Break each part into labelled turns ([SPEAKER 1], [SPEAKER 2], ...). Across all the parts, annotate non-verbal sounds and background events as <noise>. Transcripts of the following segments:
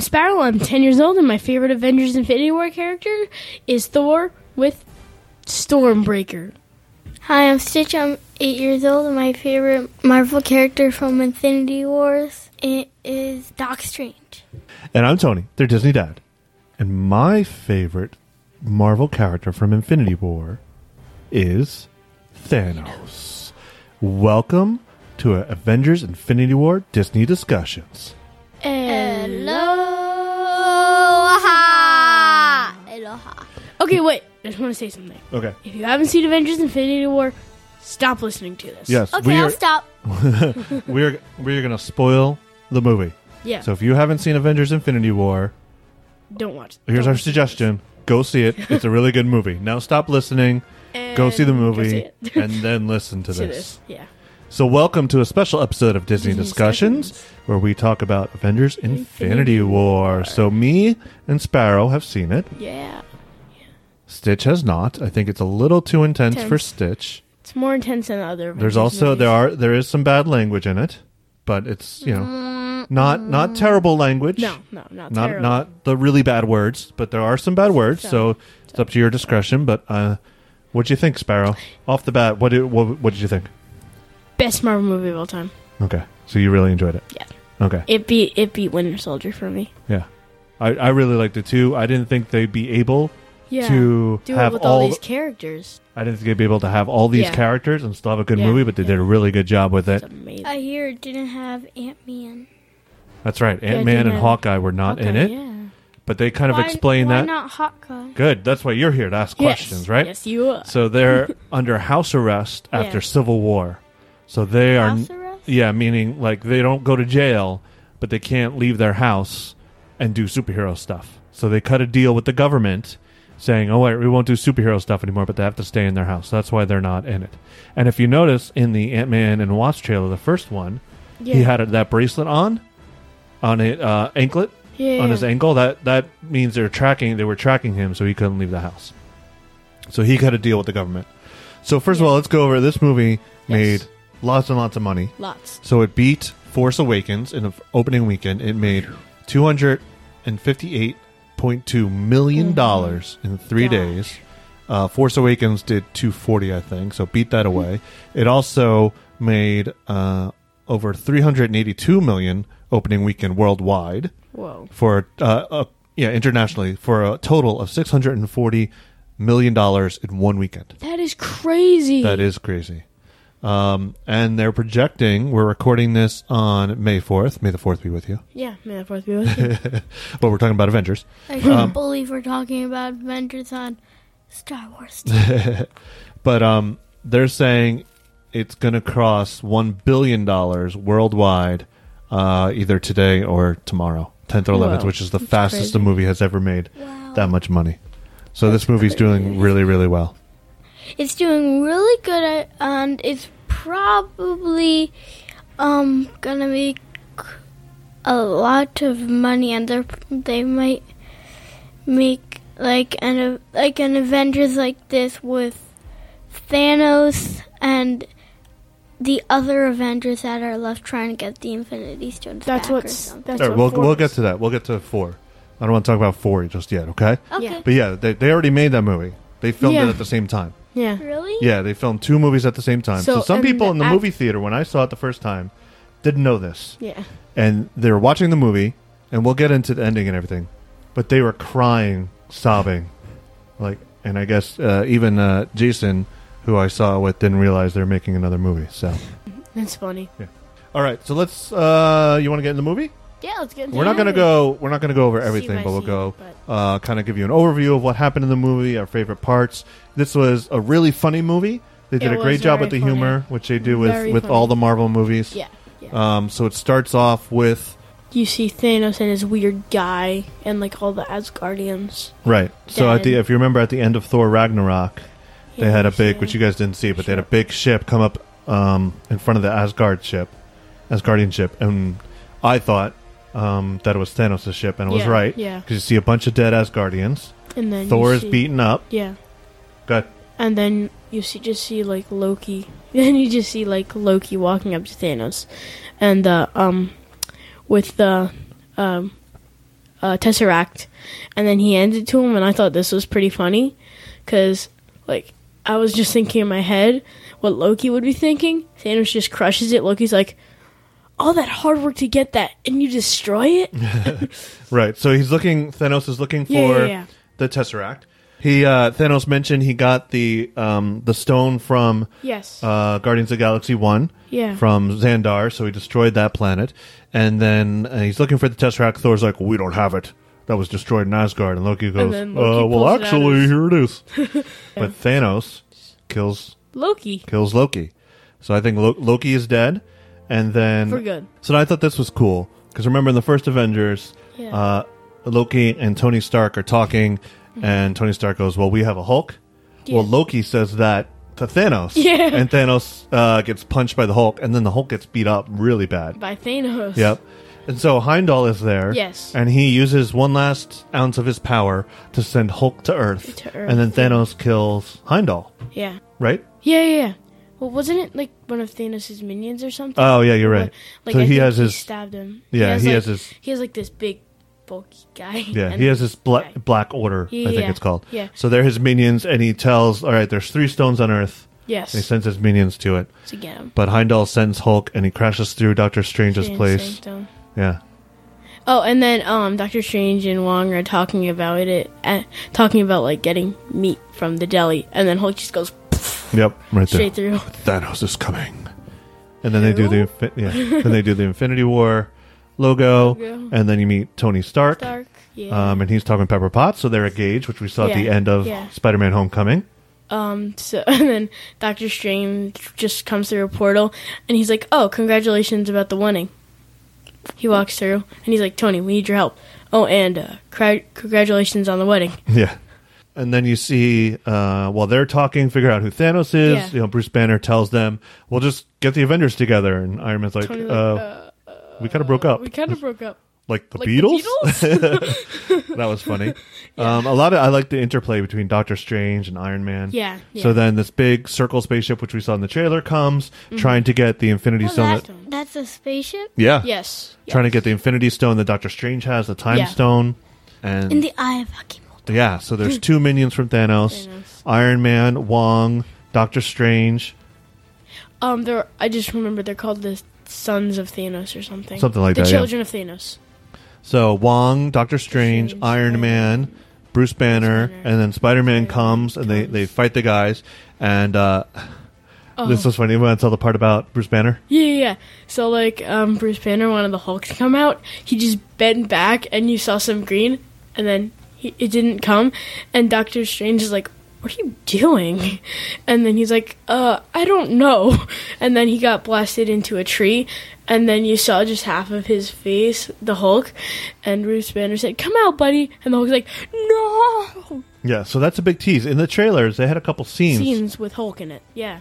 [SPEAKER 1] Sparrow. I'm 10 years old, and my favorite Avengers Infinity War character is Thor with Stormbreaker.
[SPEAKER 2] Hi, I'm Stitch. I'm eight years old, and my favorite Marvel character from Infinity Wars i- is Doc Strange.
[SPEAKER 3] And I'm Tony, their Disney dad. And my favorite Marvel character from Infinity War is Thanos. Welcome to uh, Avengers Infinity War Disney Discussions.
[SPEAKER 2] Aloha! Aloha.
[SPEAKER 1] Okay, wait. I just want to say something.
[SPEAKER 3] Okay.
[SPEAKER 1] If you haven't seen Avengers Infinity War, stop listening to this.
[SPEAKER 3] Yes,
[SPEAKER 2] Okay,
[SPEAKER 3] we
[SPEAKER 2] I'll
[SPEAKER 3] are,
[SPEAKER 2] stop.
[SPEAKER 3] we are we are going to spoil the movie.
[SPEAKER 1] Yeah.
[SPEAKER 3] So if you haven't seen Avengers Infinity War,
[SPEAKER 1] don't watch it.
[SPEAKER 3] here's
[SPEAKER 1] Don't
[SPEAKER 3] our
[SPEAKER 1] watch it.
[SPEAKER 3] suggestion. Go see it. It's a really good movie. Now stop listening. Go
[SPEAKER 1] And
[SPEAKER 3] see the
[SPEAKER 1] go
[SPEAKER 3] movie
[SPEAKER 1] see it.
[SPEAKER 3] and then listen
[SPEAKER 1] <laughs>
[SPEAKER 3] to
[SPEAKER 1] See
[SPEAKER 3] this.
[SPEAKER 1] this. Yeah.
[SPEAKER 3] So, welcome to a special episode of Disney,
[SPEAKER 1] Disney
[SPEAKER 3] Discussions, where we talk about Avengers Infinity
[SPEAKER 1] Infinity
[SPEAKER 3] War.
[SPEAKER 1] War.
[SPEAKER 3] So, me and Sparrow have seen it.
[SPEAKER 1] Yeah.
[SPEAKER 3] Stitch has not. I think it's a little too intense for
[SPEAKER 1] Tense.
[SPEAKER 3] Stitch.
[SPEAKER 1] It's more intense than the other. Avengers
[SPEAKER 3] There's also
[SPEAKER 1] movies.
[SPEAKER 3] there are there is some bad language in it, but it's you know not not terrible language.
[SPEAKER 1] No, no, not
[SPEAKER 3] Mm-hmm. not
[SPEAKER 1] terrible.
[SPEAKER 3] not the really bad words, but there are some bad words. So,
[SPEAKER 1] So-
[SPEAKER 3] it's up to your discretion. But uh, what do you think, Sparrow? Off the bat, what did what, what did you think?
[SPEAKER 1] best Marvel movie of all time.
[SPEAKER 3] Okay, so you really enjoyed it.
[SPEAKER 1] Yeah.
[SPEAKER 3] Okay.
[SPEAKER 1] It beat it beat Winter Soldier for me.
[SPEAKER 3] Yeah, I, I really liked it too. I didn't think they'd be able
[SPEAKER 1] Yeah.
[SPEAKER 3] to
[SPEAKER 1] Do
[SPEAKER 3] have
[SPEAKER 1] it with
[SPEAKER 3] all.
[SPEAKER 1] all, these characters.
[SPEAKER 3] I didn't think they'd be able to have all these
[SPEAKER 1] Yeah.
[SPEAKER 3] characters and still have a good
[SPEAKER 1] Yeah,
[SPEAKER 3] movie, but they did a really good job with
[SPEAKER 1] It's
[SPEAKER 3] it.
[SPEAKER 1] amazing.
[SPEAKER 2] I hear it didn't have Ant Man.
[SPEAKER 3] That's
[SPEAKER 1] it
[SPEAKER 3] right. Ant Man and
[SPEAKER 1] didn't-
[SPEAKER 3] Hawkeye were not in
[SPEAKER 1] Okay,
[SPEAKER 3] it,
[SPEAKER 1] Yeah.
[SPEAKER 3] but they kind of
[SPEAKER 2] Why-
[SPEAKER 3] explain
[SPEAKER 2] why
[SPEAKER 3] that.
[SPEAKER 2] not Hawkeye?
[SPEAKER 3] Good. That's why you're here to ask
[SPEAKER 1] <laughs>
[SPEAKER 3] questions,
[SPEAKER 1] yes.
[SPEAKER 3] right?
[SPEAKER 1] Yes, you are. <laughs>
[SPEAKER 3] So they're under house arrest
[SPEAKER 1] Yeah.
[SPEAKER 3] after Civil War. So they are.
[SPEAKER 2] House arrest?
[SPEAKER 3] Yeah, meaning like they don't go to jail, but they can't leave their house and do superhero stuff. So they cut a deal with the government saying, "Oh, wait, we won't do superhero stuff anymore, but they have to stay in their house." That's why they're not in it. And if you notice in the Ant-Man and Wasp trailer, the first one,
[SPEAKER 1] yeah.
[SPEAKER 3] he had a, that bracelet on on it uh, anklet
[SPEAKER 1] yeah.
[SPEAKER 3] on his ankle. That that means they're tracking. They were tracking him, so he couldn't leave the house. So he got a deal with the government. So first of all, let's go over this movie made lots and lots of money.
[SPEAKER 1] Lots.
[SPEAKER 3] So it beat Force Awakens in the f- opening weekend. It made two hundred and fifty-eight point two million dollars in three
[SPEAKER 1] Gosh.
[SPEAKER 3] days. Uh, Force Awakens did two forty, I think. So beat that away. It also made uh, over three hundred eighty-two million opening weekend worldwide
[SPEAKER 1] Whoa.
[SPEAKER 3] for uh, uh, yeah internationally for a total of six hundred and forty million dollars in one weekend.
[SPEAKER 1] That is crazy.
[SPEAKER 3] That is crazy. Um, and they're projecting. We're recording this on May fourth. May the fourth be with you.
[SPEAKER 1] Yeah, may the fourth be with
[SPEAKER 3] <laughs>
[SPEAKER 1] you.
[SPEAKER 3] But we're talking about Avengers.
[SPEAKER 2] I can't
[SPEAKER 3] um,
[SPEAKER 2] believe we're talking about Avengers on Star
[SPEAKER 3] <laughs>
[SPEAKER 2] Wars.
[SPEAKER 3] But um, they're saying it's going to cross one billion dollars worldwide, uh, either today or tomorrow, tenth or eleventh,
[SPEAKER 1] Wow.
[SPEAKER 3] which is the
[SPEAKER 1] That's
[SPEAKER 3] fastest the
[SPEAKER 1] crazy.
[SPEAKER 3] movie has ever made
[SPEAKER 2] Wow.
[SPEAKER 3] that much money. So this movie's doing really, really well.
[SPEAKER 2] It's doing really good, at, and it's probably um gonna make a lot of money, and they they might make like an like an Avengers like this with Thanos and the other Avengers that are left trying to get the Infinity Stones
[SPEAKER 1] That's
[SPEAKER 2] back or
[SPEAKER 1] what's
[SPEAKER 2] something.
[SPEAKER 1] that's
[SPEAKER 3] All
[SPEAKER 1] what
[SPEAKER 3] right, we'll,
[SPEAKER 1] four
[SPEAKER 3] we'll
[SPEAKER 1] is.
[SPEAKER 3] get to that. We'll get to four. I don't want to talk about four just yet, okay?
[SPEAKER 2] okay.
[SPEAKER 3] But yeah, they, they already made that movie. They filmed it
[SPEAKER 1] Yeah.
[SPEAKER 3] at the same time.
[SPEAKER 1] Yeah.
[SPEAKER 2] Really?
[SPEAKER 3] Yeah, they filmed two movies at the same time. So,
[SPEAKER 1] So,
[SPEAKER 3] some
[SPEAKER 1] and
[SPEAKER 3] people in the
[SPEAKER 1] act-
[SPEAKER 3] movie theater, when I saw it the first time, didn't know this.
[SPEAKER 1] Yeah.
[SPEAKER 3] And they were watching the movie, and we'll get into the ending and everything, but they were crying, sobbing. Like, and I guess uh, even uh, Jason, who I saw it with, didn't realize they were making another movie. So,
[SPEAKER 1] That's funny.
[SPEAKER 3] all right, so let's. Uh, you want to get in the movie?
[SPEAKER 1] Yeah, let's get into
[SPEAKER 3] We're not gonna go. We're not gonna go over everything,
[SPEAKER 1] by
[SPEAKER 3] but we'll
[SPEAKER 1] scene,
[SPEAKER 3] go uh, kind of give you an overview of what happened in the movie, our favorite parts. This was a really funny movie. They did
[SPEAKER 1] It
[SPEAKER 3] a great
[SPEAKER 1] was
[SPEAKER 3] job with the
[SPEAKER 1] very funny.
[SPEAKER 3] humor, which they do with
[SPEAKER 1] Very
[SPEAKER 3] with
[SPEAKER 1] funny.
[SPEAKER 3] all the Marvel movies.
[SPEAKER 1] Yeah. Yeah.
[SPEAKER 3] Um, so it starts off with
[SPEAKER 1] you see Thanos and his weird guy and like all the Asgardians.
[SPEAKER 3] right. So at the
[SPEAKER 1] Dead.
[SPEAKER 3] if you remember at the end of Thor Ragnarok, they had a big, which you guys didn't see, but they had a big ship come up um, in front of the Asgard ship, Asgardian ship, and I thought um, that it was Thanos' ship, and it was
[SPEAKER 1] Yeah,
[SPEAKER 3] right.
[SPEAKER 1] yeah.
[SPEAKER 3] because you see a bunch of dead Asgardians.
[SPEAKER 1] and then
[SPEAKER 3] Thor
[SPEAKER 1] you
[SPEAKER 3] is
[SPEAKER 1] see-
[SPEAKER 3] beaten up.
[SPEAKER 1] Yeah.
[SPEAKER 3] Good.
[SPEAKER 1] And then you see just see like Loki. <laughs> Then you just see like Loki walking up to Thanos, and uh, um, with the um, uh, Tesseract, and then he handed it to him, and I thought this was pretty funny, because like I was just thinking in my head what Loki would be thinking. Thanos just crushes it. Loki's like, all that hard work to get that, and you destroy
[SPEAKER 3] <laughs>
[SPEAKER 1] it.
[SPEAKER 3] Right. So he's looking. Thanos is looking for
[SPEAKER 1] Yeah, yeah, yeah.
[SPEAKER 3] the Tesseract. He uh, Thanos mentioned he got the um, the stone from
[SPEAKER 1] yes.
[SPEAKER 3] uh, Guardians of the Galaxy One.
[SPEAKER 1] Yeah.
[SPEAKER 3] From Xandar, so he destroyed that planet, and then uh, he's looking for the Tesseract. Thor's like, "We don't have it. That was destroyed in Asgard." And Loki goes,
[SPEAKER 1] then Loki
[SPEAKER 3] uh, "Well,
[SPEAKER 1] pulls it out of
[SPEAKER 3] actually,
[SPEAKER 1] his-
[SPEAKER 3] here it
[SPEAKER 1] <laughs>
[SPEAKER 3] is." But Thanos kills
[SPEAKER 1] Loki.
[SPEAKER 3] kills Loki. So I think Lo- Loki is dead, and then
[SPEAKER 1] For good.
[SPEAKER 3] So I thought this was cool because remember in the first Avengers,
[SPEAKER 1] Yeah.
[SPEAKER 3] uh, Loki and Tony Stark are talking,
[SPEAKER 1] Mm-hmm.
[SPEAKER 3] and Tony Stark goes, "Well, we have a Hulk." Well, Loki says that to Thanos,
[SPEAKER 1] <laughs> Yeah.
[SPEAKER 3] and Thanos uh, gets punched by the Hulk, and then the Hulk gets beat up really bad.
[SPEAKER 1] By Thanos.
[SPEAKER 3] Yep. And so Heimdall is there.
[SPEAKER 1] Yes.
[SPEAKER 3] And he uses one last ounce of his power to send Hulk to Earth.
[SPEAKER 1] To Earth.
[SPEAKER 3] And then Thanos kills Heimdall,
[SPEAKER 1] Yeah.
[SPEAKER 3] right?
[SPEAKER 1] Yeah, yeah, yeah. Well, wasn't it like one of Thanos' minions or something?
[SPEAKER 3] Oh, yeah, you're right.
[SPEAKER 1] Like
[SPEAKER 3] so
[SPEAKER 1] I
[SPEAKER 3] he
[SPEAKER 1] think
[SPEAKER 3] has his
[SPEAKER 1] stabbed him.
[SPEAKER 3] Yeah, he
[SPEAKER 1] like,
[SPEAKER 3] has his-
[SPEAKER 1] He has like this big, bulky guy.
[SPEAKER 3] <laughs> Yeah,
[SPEAKER 1] and-
[SPEAKER 3] he has this black
[SPEAKER 1] guy.
[SPEAKER 3] black order. I think
[SPEAKER 1] Yeah,
[SPEAKER 3] it's called.
[SPEAKER 1] yeah.
[SPEAKER 3] So they're his minions, and he tells, "All right, there's three stones on Earth."
[SPEAKER 1] Yes.
[SPEAKER 3] And he sends his minions to it,
[SPEAKER 1] to get him.
[SPEAKER 3] but Heimdall sends Hulk, and he crashes through Doctor Strange's
[SPEAKER 1] Strange
[SPEAKER 3] place.
[SPEAKER 1] saved him.
[SPEAKER 3] Yeah,
[SPEAKER 1] Oh, and then um, Doctor Strange and Wong are talking about it, uh, talking about like getting meat from the deli, and then Hulk just goes
[SPEAKER 3] yep, right there.
[SPEAKER 1] straight through. <laughs>
[SPEAKER 3] Thanos is coming, and then they do the
[SPEAKER 1] Who?
[SPEAKER 3] infi- yeah,
[SPEAKER 1] <laughs>
[SPEAKER 3] then they do the Infinity War logo,
[SPEAKER 1] Logo.
[SPEAKER 3] and then you meet Tony Stark,
[SPEAKER 1] Dark. Yeah.
[SPEAKER 3] um, and he's talking Pepper Potts, so they're engaged, which we saw at
[SPEAKER 1] Yeah,
[SPEAKER 3] the end of
[SPEAKER 1] yeah.
[SPEAKER 3] Spider-Man: Homecoming.
[SPEAKER 1] Um, so <laughs> and then Doctor Strange just comes through a portal and he's like, "Oh, congratulations about the winning." He walks through and he's like, "Tony, we need your help." Oh, and uh, cri- congratulations on the wedding.
[SPEAKER 3] Yeah. And then you see, uh, while they're talking, figure out who Thanos is.
[SPEAKER 1] Yeah.
[SPEAKER 3] You know, Bruce Banner tells them, "We'll just get the Avengers together." And Iron Man's like,
[SPEAKER 1] Tony's
[SPEAKER 3] uh,
[SPEAKER 1] like,
[SPEAKER 3] "We kind of broke up,
[SPEAKER 1] We kind of broke up.
[SPEAKER 3] like the
[SPEAKER 1] like the
[SPEAKER 3] Oh. Beatles." <laughs> that
[SPEAKER 1] <laughs>
[SPEAKER 3] was funny. Um, a lot of I like the interplay between Doctor Strange and Iron Man.
[SPEAKER 1] Yeah, yeah.
[SPEAKER 3] So then this big circle spaceship, which we saw in the trailer, comes
[SPEAKER 1] Mm-hmm.
[SPEAKER 3] trying to get the Infinity
[SPEAKER 2] Oh,
[SPEAKER 3] Stone.
[SPEAKER 2] that,
[SPEAKER 3] That,
[SPEAKER 2] that's a spaceship?
[SPEAKER 3] yeah.
[SPEAKER 1] Yes.
[SPEAKER 3] Trying to get the Infinity Stone that Doctor Strange has, the Time
[SPEAKER 1] Yeah.
[SPEAKER 3] Stone, and
[SPEAKER 2] In the eye of Hakimoto.
[SPEAKER 3] Yeah, so there's two minions from Thanos,
[SPEAKER 1] Thanos.
[SPEAKER 3] Iron Man, Wong, Doctor Strange,
[SPEAKER 1] Um, they're I just remember they're called the Sons of Thanos or something.
[SPEAKER 3] Something like
[SPEAKER 1] the
[SPEAKER 3] that, yeah.
[SPEAKER 1] Children of Thanos.
[SPEAKER 3] so Wong, Doctor Strange,
[SPEAKER 1] Strange,
[SPEAKER 3] Iron
[SPEAKER 1] Iron
[SPEAKER 3] Man, Bruce Banner,
[SPEAKER 1] Banner.
[SPEAKER 3] and then Spider-Man
[SPEAKER 1] Spider-Man
[SPEAKER 3] comes and they,
[SPEAKER 1] comes.
[SPEAKER 3] they fight the guys and uh,
[SPEAKER 1] Oh.
[SPEAKER 3] this was funny. You want to tell the part about Bruce Banner?
[SPEAKER 1] Yeah, yeah, yeah. So like, um, Bruce Banner wanted the Hulk to come out. He just bent back, and you saw some green, and then he, it didn't come. And Doctor Strange is like, "What are you doing?" <laughs> And then he's like, "Uh, I don't know." <laughs> And then he got blasted into a tree, and then you saw just half of his face, the Hulk. And Bruce Banner said, "Come out, buddy," and the Hulk's like, "No."
[SPEAKER 3] Yeah, so that's a big tease. In the trailers, they had a couple scenes,
[SPEAKER 1] Scenes with Hulk in it. Yeah,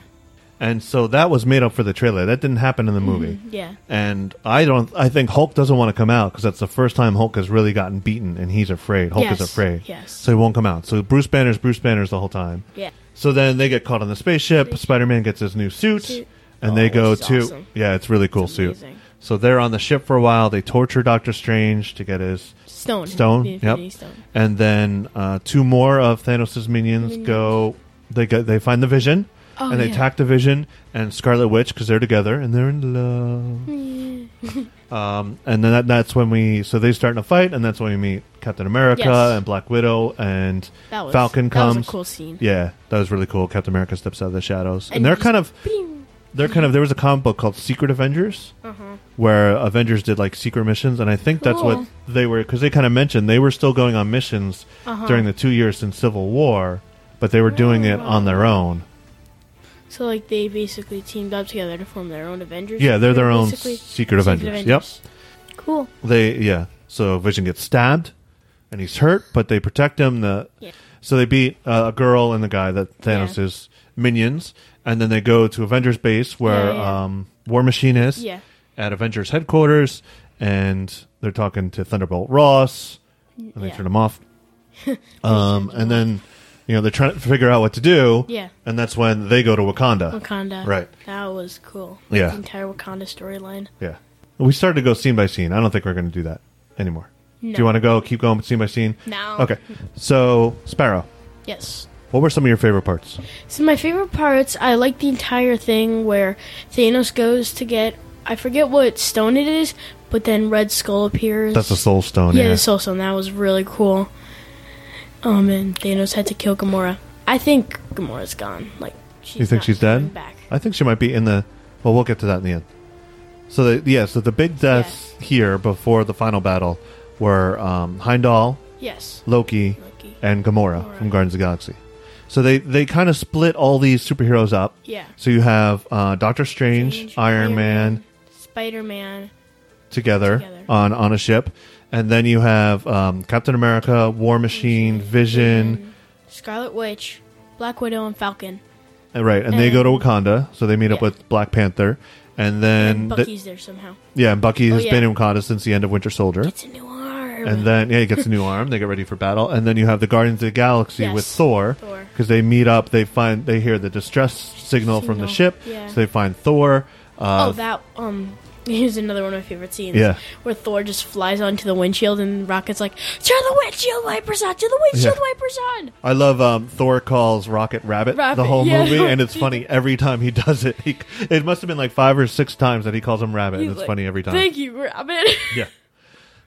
[SPEAKER 3] and so that was made up for the trailer. That didn't happen in the movie.
[SPEAKER 1] yeah.
[SPEAKER 3] And I don't. I think Hulk doesn't want to come out because that's the first time Hulk has really gotten beaten, and he's afraid. Hulk is
[SPEAKER 1] Yes,
[SPEAKER 3] afraid,
[SPEAKER 1] yes.
[SPEAKER 3] So he won't come out. So Bruce Banner's Bruce Banner's the whole time.
[SPEAKER 1] Yeah.
[SPEAKER 3] So then they get caught on the spaceship. Spider Man gets his new suit,
[SPEAKER 1] Suit.
[SPEAKER 3] and they
[SPEAKER 1] Oh,
[SPEAKER 3] go
[SPEAKER 1] this is
[SPEAKER 3] to
[SPEAKER 1] awesome.
[SPEAKER 3] yeah, it's really cool suit.
[SPEAKER 1] amazing.
[SPEAKER 3] So they're on the ship for a while. They torture Doctor Strange to get his,
[SPEAKER 1] Stone.
[SPEAKER 3] Stone,
[SPEAKER 1] The
[SPEAKER 3] yep.
[SPEAKER 1] Infinity Stone.
[SPEAKER 3] and then uh, two more of Thanos' minions, go. They go. They find the Vision.
[SPEAKER 1] Oh,
[SPEAKER 3] and they
[SPEAKER 1] yeah.
[SPEAKER 3] attack the Vision and Scarlet Witch because they're together and they're in love.
[SPEAKER 1] <laughs>
[SPEAKER 3] <laughs> Um, and then that, that's when we so they start in a fight, and that's when we meet Captain America
[SPEAKER 1] Yes.
[SPEAKER 3] and Black Widow and
[SPEAKER 1] That was
[SPEAKER 3] Falcon
[SPEAKER 1] That
[SPEAKER 3] comes.
[SPEAKER 1] was a cool scene.
[SPEAKER 3] Yeah, that was really cool. Captain America steps out of the shadows, and,
[SPEAKER 1] And
[SPEAKER 3] they're
[SPEAKER 1] just
[SPEAKER 3] kind of
[SPEAKER 1] Bing.
[SPEAKER 3] they're kind of there was a comic book called Secret Avengers
[SPEAKER 1] Uh-huh.
[SPEAKER 3] where Avengers did like secret missions, and I think that's what
[SPEAKER 2] Cool.
[SPEAKER 3] they were because they kind of mentioned they were still going on missions
[SPEAKER 1] Uh-huh.
[SPEAKER 3] during the two years since Civil War, but they were doing it on their
[SPEAKER 1] Oh.
[SPEAKER 3] own.
[SPEAKER 1] So like they basically teamed up together to form their own Avengers.
[SPEAKER 3] Yeah, they're their own
[SPEAKER 1] basically
[SPEAKER 3] secret Avengers. Yep.
[SPEAKER 2] Cool.
[SPEAKER 3] They yeah. So Vision gets stabbed, and he's hurt, but they protect him. The
[SPEAKER 1] Yeah.
[SPEAKER 3] so they beat uh, a girl and the guy that Thanos
[SPEAKER 1] Yeah.
[SPEAKER 3] is minions, and then they go to Avengers base where
[SPEAKER 1] Yeah, yeah.
[SPEAKER 3] Um, War Machine is
[SPEAKER 1] Yeah.
[SPEAKER 3] at Avengers headquarters, and they're talking to Thunderbolt Ross, and they
[SPEAKER 1] Yeah.
[SPEAKER 3] turn him off.
[SPEAKER 1] <laughs>
[SPEAKER 3] um, and then you know they're trying to figure out what to do.
[SPEAKER 1] Yeah.
[SPEAKER 3] and that's when they go to Wakanda.
[SPEAKER 1] Wakanda.
[SPEAKER 3] Right.
[SPEAKER 1] That was cool.
[SPEAKER 3] Yeah.
[SPEAKER 1] The entire Wakanda storyline.
[SPEAKER 3] Yeah, we started to go scene by scene. I don't think we're going to do that anymore.
[SPEAKER 1] No.
[SPEAKER 3] Do you want to go? Keep going scene by scene.
[SPEAKER 1] No.
[SPEAKER 3] Okay. So Sparrow,
[SPEAKER 1] Yes.
[SPEAKER 3] what were some of your favorite parts?
[SPEAKER 1] So my favorite parts, I like the entire thing where Thanos goes to get I forget what stone it is, but then Red Skull appears.
[SPEAKER 3] That's the Soul Stone.
[SPEAKER 1] Yeah,
[SPEAKER 3] Yeah.
[SPEAKER 1] the Soul Stone. That was really cool. Um, and Thanos had to kill Gamora. I think Gamora's gone. Like, she's
[SPEAKER 3] You think
[SPEAKER 1] not
[SPEAKER 3] she's
[SPEAKER 1] coming
[SPEAKER 3] dead?
[SPEAKER 1] Back.
[SPEAKER 3] I think she might be in the. Well, we'll get to that in the end. So the, yeah, so the big deaths here before the final battle were um, Heimdall,
[SPEAKER 1] Yes.
[SPEAKER 3] Loki,
[SPEAKER 1] Lucky.
[SPEAKER 3] and Gamora
[SPEAKER 1] Gamora.
[SPEAKER 3] from Guardians of the Galaxy. So they they kind of split all these superheroes up.
[SPEAKER 1] Yeah.
[SPEAKER 3] So you have uh, Doctor Strange,
[SPEAKER 1] Strange,
[SPEAKER 3] Iron, Man,
[SPEAKER 1] Spider Man.
[SPEAKER 3] together,
[SPEAKER 1] Together.
[SPEAKER 3] on on a ship, and then you have um, Captain America, War Machine, Vision,
[SPEAKER 1] Scarlet Witch, Black Widow, and Falcon.
[SPEAKER 3] and- uh, right? And they
[SPEAKER 1] And-
[SPEAKER 3] go to Wakanda, so they meet up
[SPEAKER 1] Yeah.
[SPEAKER 3] with Black Panther, and then
[SPEAKER 1] And
[SPEAKER 3] the-
[SPEAKER 1] Bucky's there somehow.
[SPEAKER 3] yeah, and Bucky
[SPEAKER 1] Oh,
[SPEAKER 3] has
[SPEAKER 1] yeah.
[SPEAKER 3] been in Wakanda since the end of Winter Soldier,
[SPEAKER 1] It's a new arm.
[SPEAKER 3] and then yeah, he gets a new arm. They get ready for battle, and then you have the Guardians of the Galaxy
[SPEAKER 1] Yes.
[SPEAKER 3] with Thor.
[SPEAKER 1] Thor.
[SPEAKER 3] Because they meet up, they find they hear the distress signal, from the
[SPEAKER 1] Signal,
[SPEAKER 3] ship,
[SPEAKER 1] yeah.
[SPEAKER 3] so they find Thor. Uh,
[SPEAKER 1] oh, that um. <laughs> Here's another one of my favorite scenes.
[SPEAKER 3] Yeah.
[SPEAKER 1] Where Thor just flies onto the windshield and Rocket's like, Turn the windshield wipers on! Turn the windshield
[SPEAKER 3] Yeah.
[SPEAKER 1] wipers on!
[SPEAKER 3] I love um, Thor calls Rocket Rabbit, the
[SPEAKER 1] Rabbit,
[SPEAKER 3] whole
[SPEAKER 1] yeah. <laughs>
[SPEAKER 3] movie, and it's funny every time he does it. He, it must have been like five or six times that he calls him Rabbit, and
[SPEAKER 1] He's
[SPEAKER 3] it's
[SPEAKER 1] like,
[SPEAKER 3] funny every time.
[SPEAKER 1] Thank you, Robin. <laughs>
[SPEAKER 3] yeah.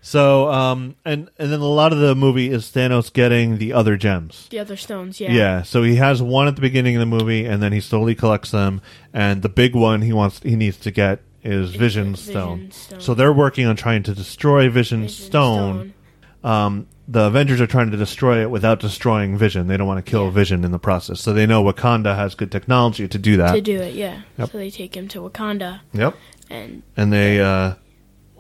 [SPEAKER 3] So, um, and and then a lot of the movie is Thanos getting the other gems.
[SPEAKER 1] the other stones, yeah.
[SPEAKER 3] Yeah. So he has one at the beginning of the movie, and then he slowly collects them. And the big one he wants, he needs to get is Vision,
[SPEAKER 1] Vision
[SPEAKER 3] Stone.
[SPEAKER 1] Stone.
[SPEAKER 3] So they're working on trying to destroy Vision,
[SPEAKER 1] Vision
[SPEAKER 3] Stone um, the Avengers are trying to destroy it without destroying Vision. They don't want to kill Vision in the process, so they know Wakanda has good technology to do that.
[SPEAKER 1] to do it. Yeah.
[SPEAKER 3] Yep.
[SPEAKER 1] So they take him to Wakanda,
[SPEAKER 3] Yep.
[SPEAKER 1] and
[SPEAKER 3] And they, uh,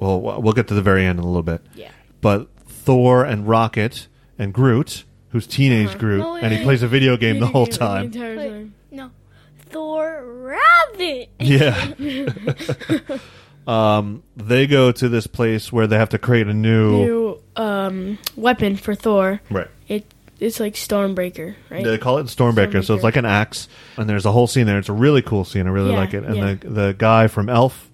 [SPEAKER 3] well, w- we'll get to the very end in a little bit.
[SPEAKER 1] yeah,
[SPEAKER 3] But Thor and Rocket and Groot, who's teenage Groot,
[SPEAKER 2] No
[SPEAKER 3] and he
[SPEAKER 2] way.
[SPEAKER 3] plays a Oh, video game the whole
[SPEAKER 1] The
[SPEAKER 3] time.
[SPEAKER 1] entire
[SPEAKER 2] Wait.
[SPEAKER 1] time.
[SPEAKER 2] No. Thor Rabbit.
[SPEAKER 3] yeah.
[SPEAKER 1] <laughs>
[SPEAKER 3] um, they go to this place where they have to create a new,
[SPEAKER 1] New um, weapon for Thor.
[SPEAKER 3] right.
[SPEAKER 1] It it's like Stormbreaker, right?
[SPEAKER 3] They call it Stormbreaker, so
[SPEAKER 1] Stormbreaker.
[SPEAKER 3] it's like an axe. And there's a whole scene there. It's a really cool scene. I really
[SPEAKER 1] Yeah,
[SPEAKER 3] like it. And
[SPEAKER 1] yeah.
[SPEAKER 3] the the guy from Elf,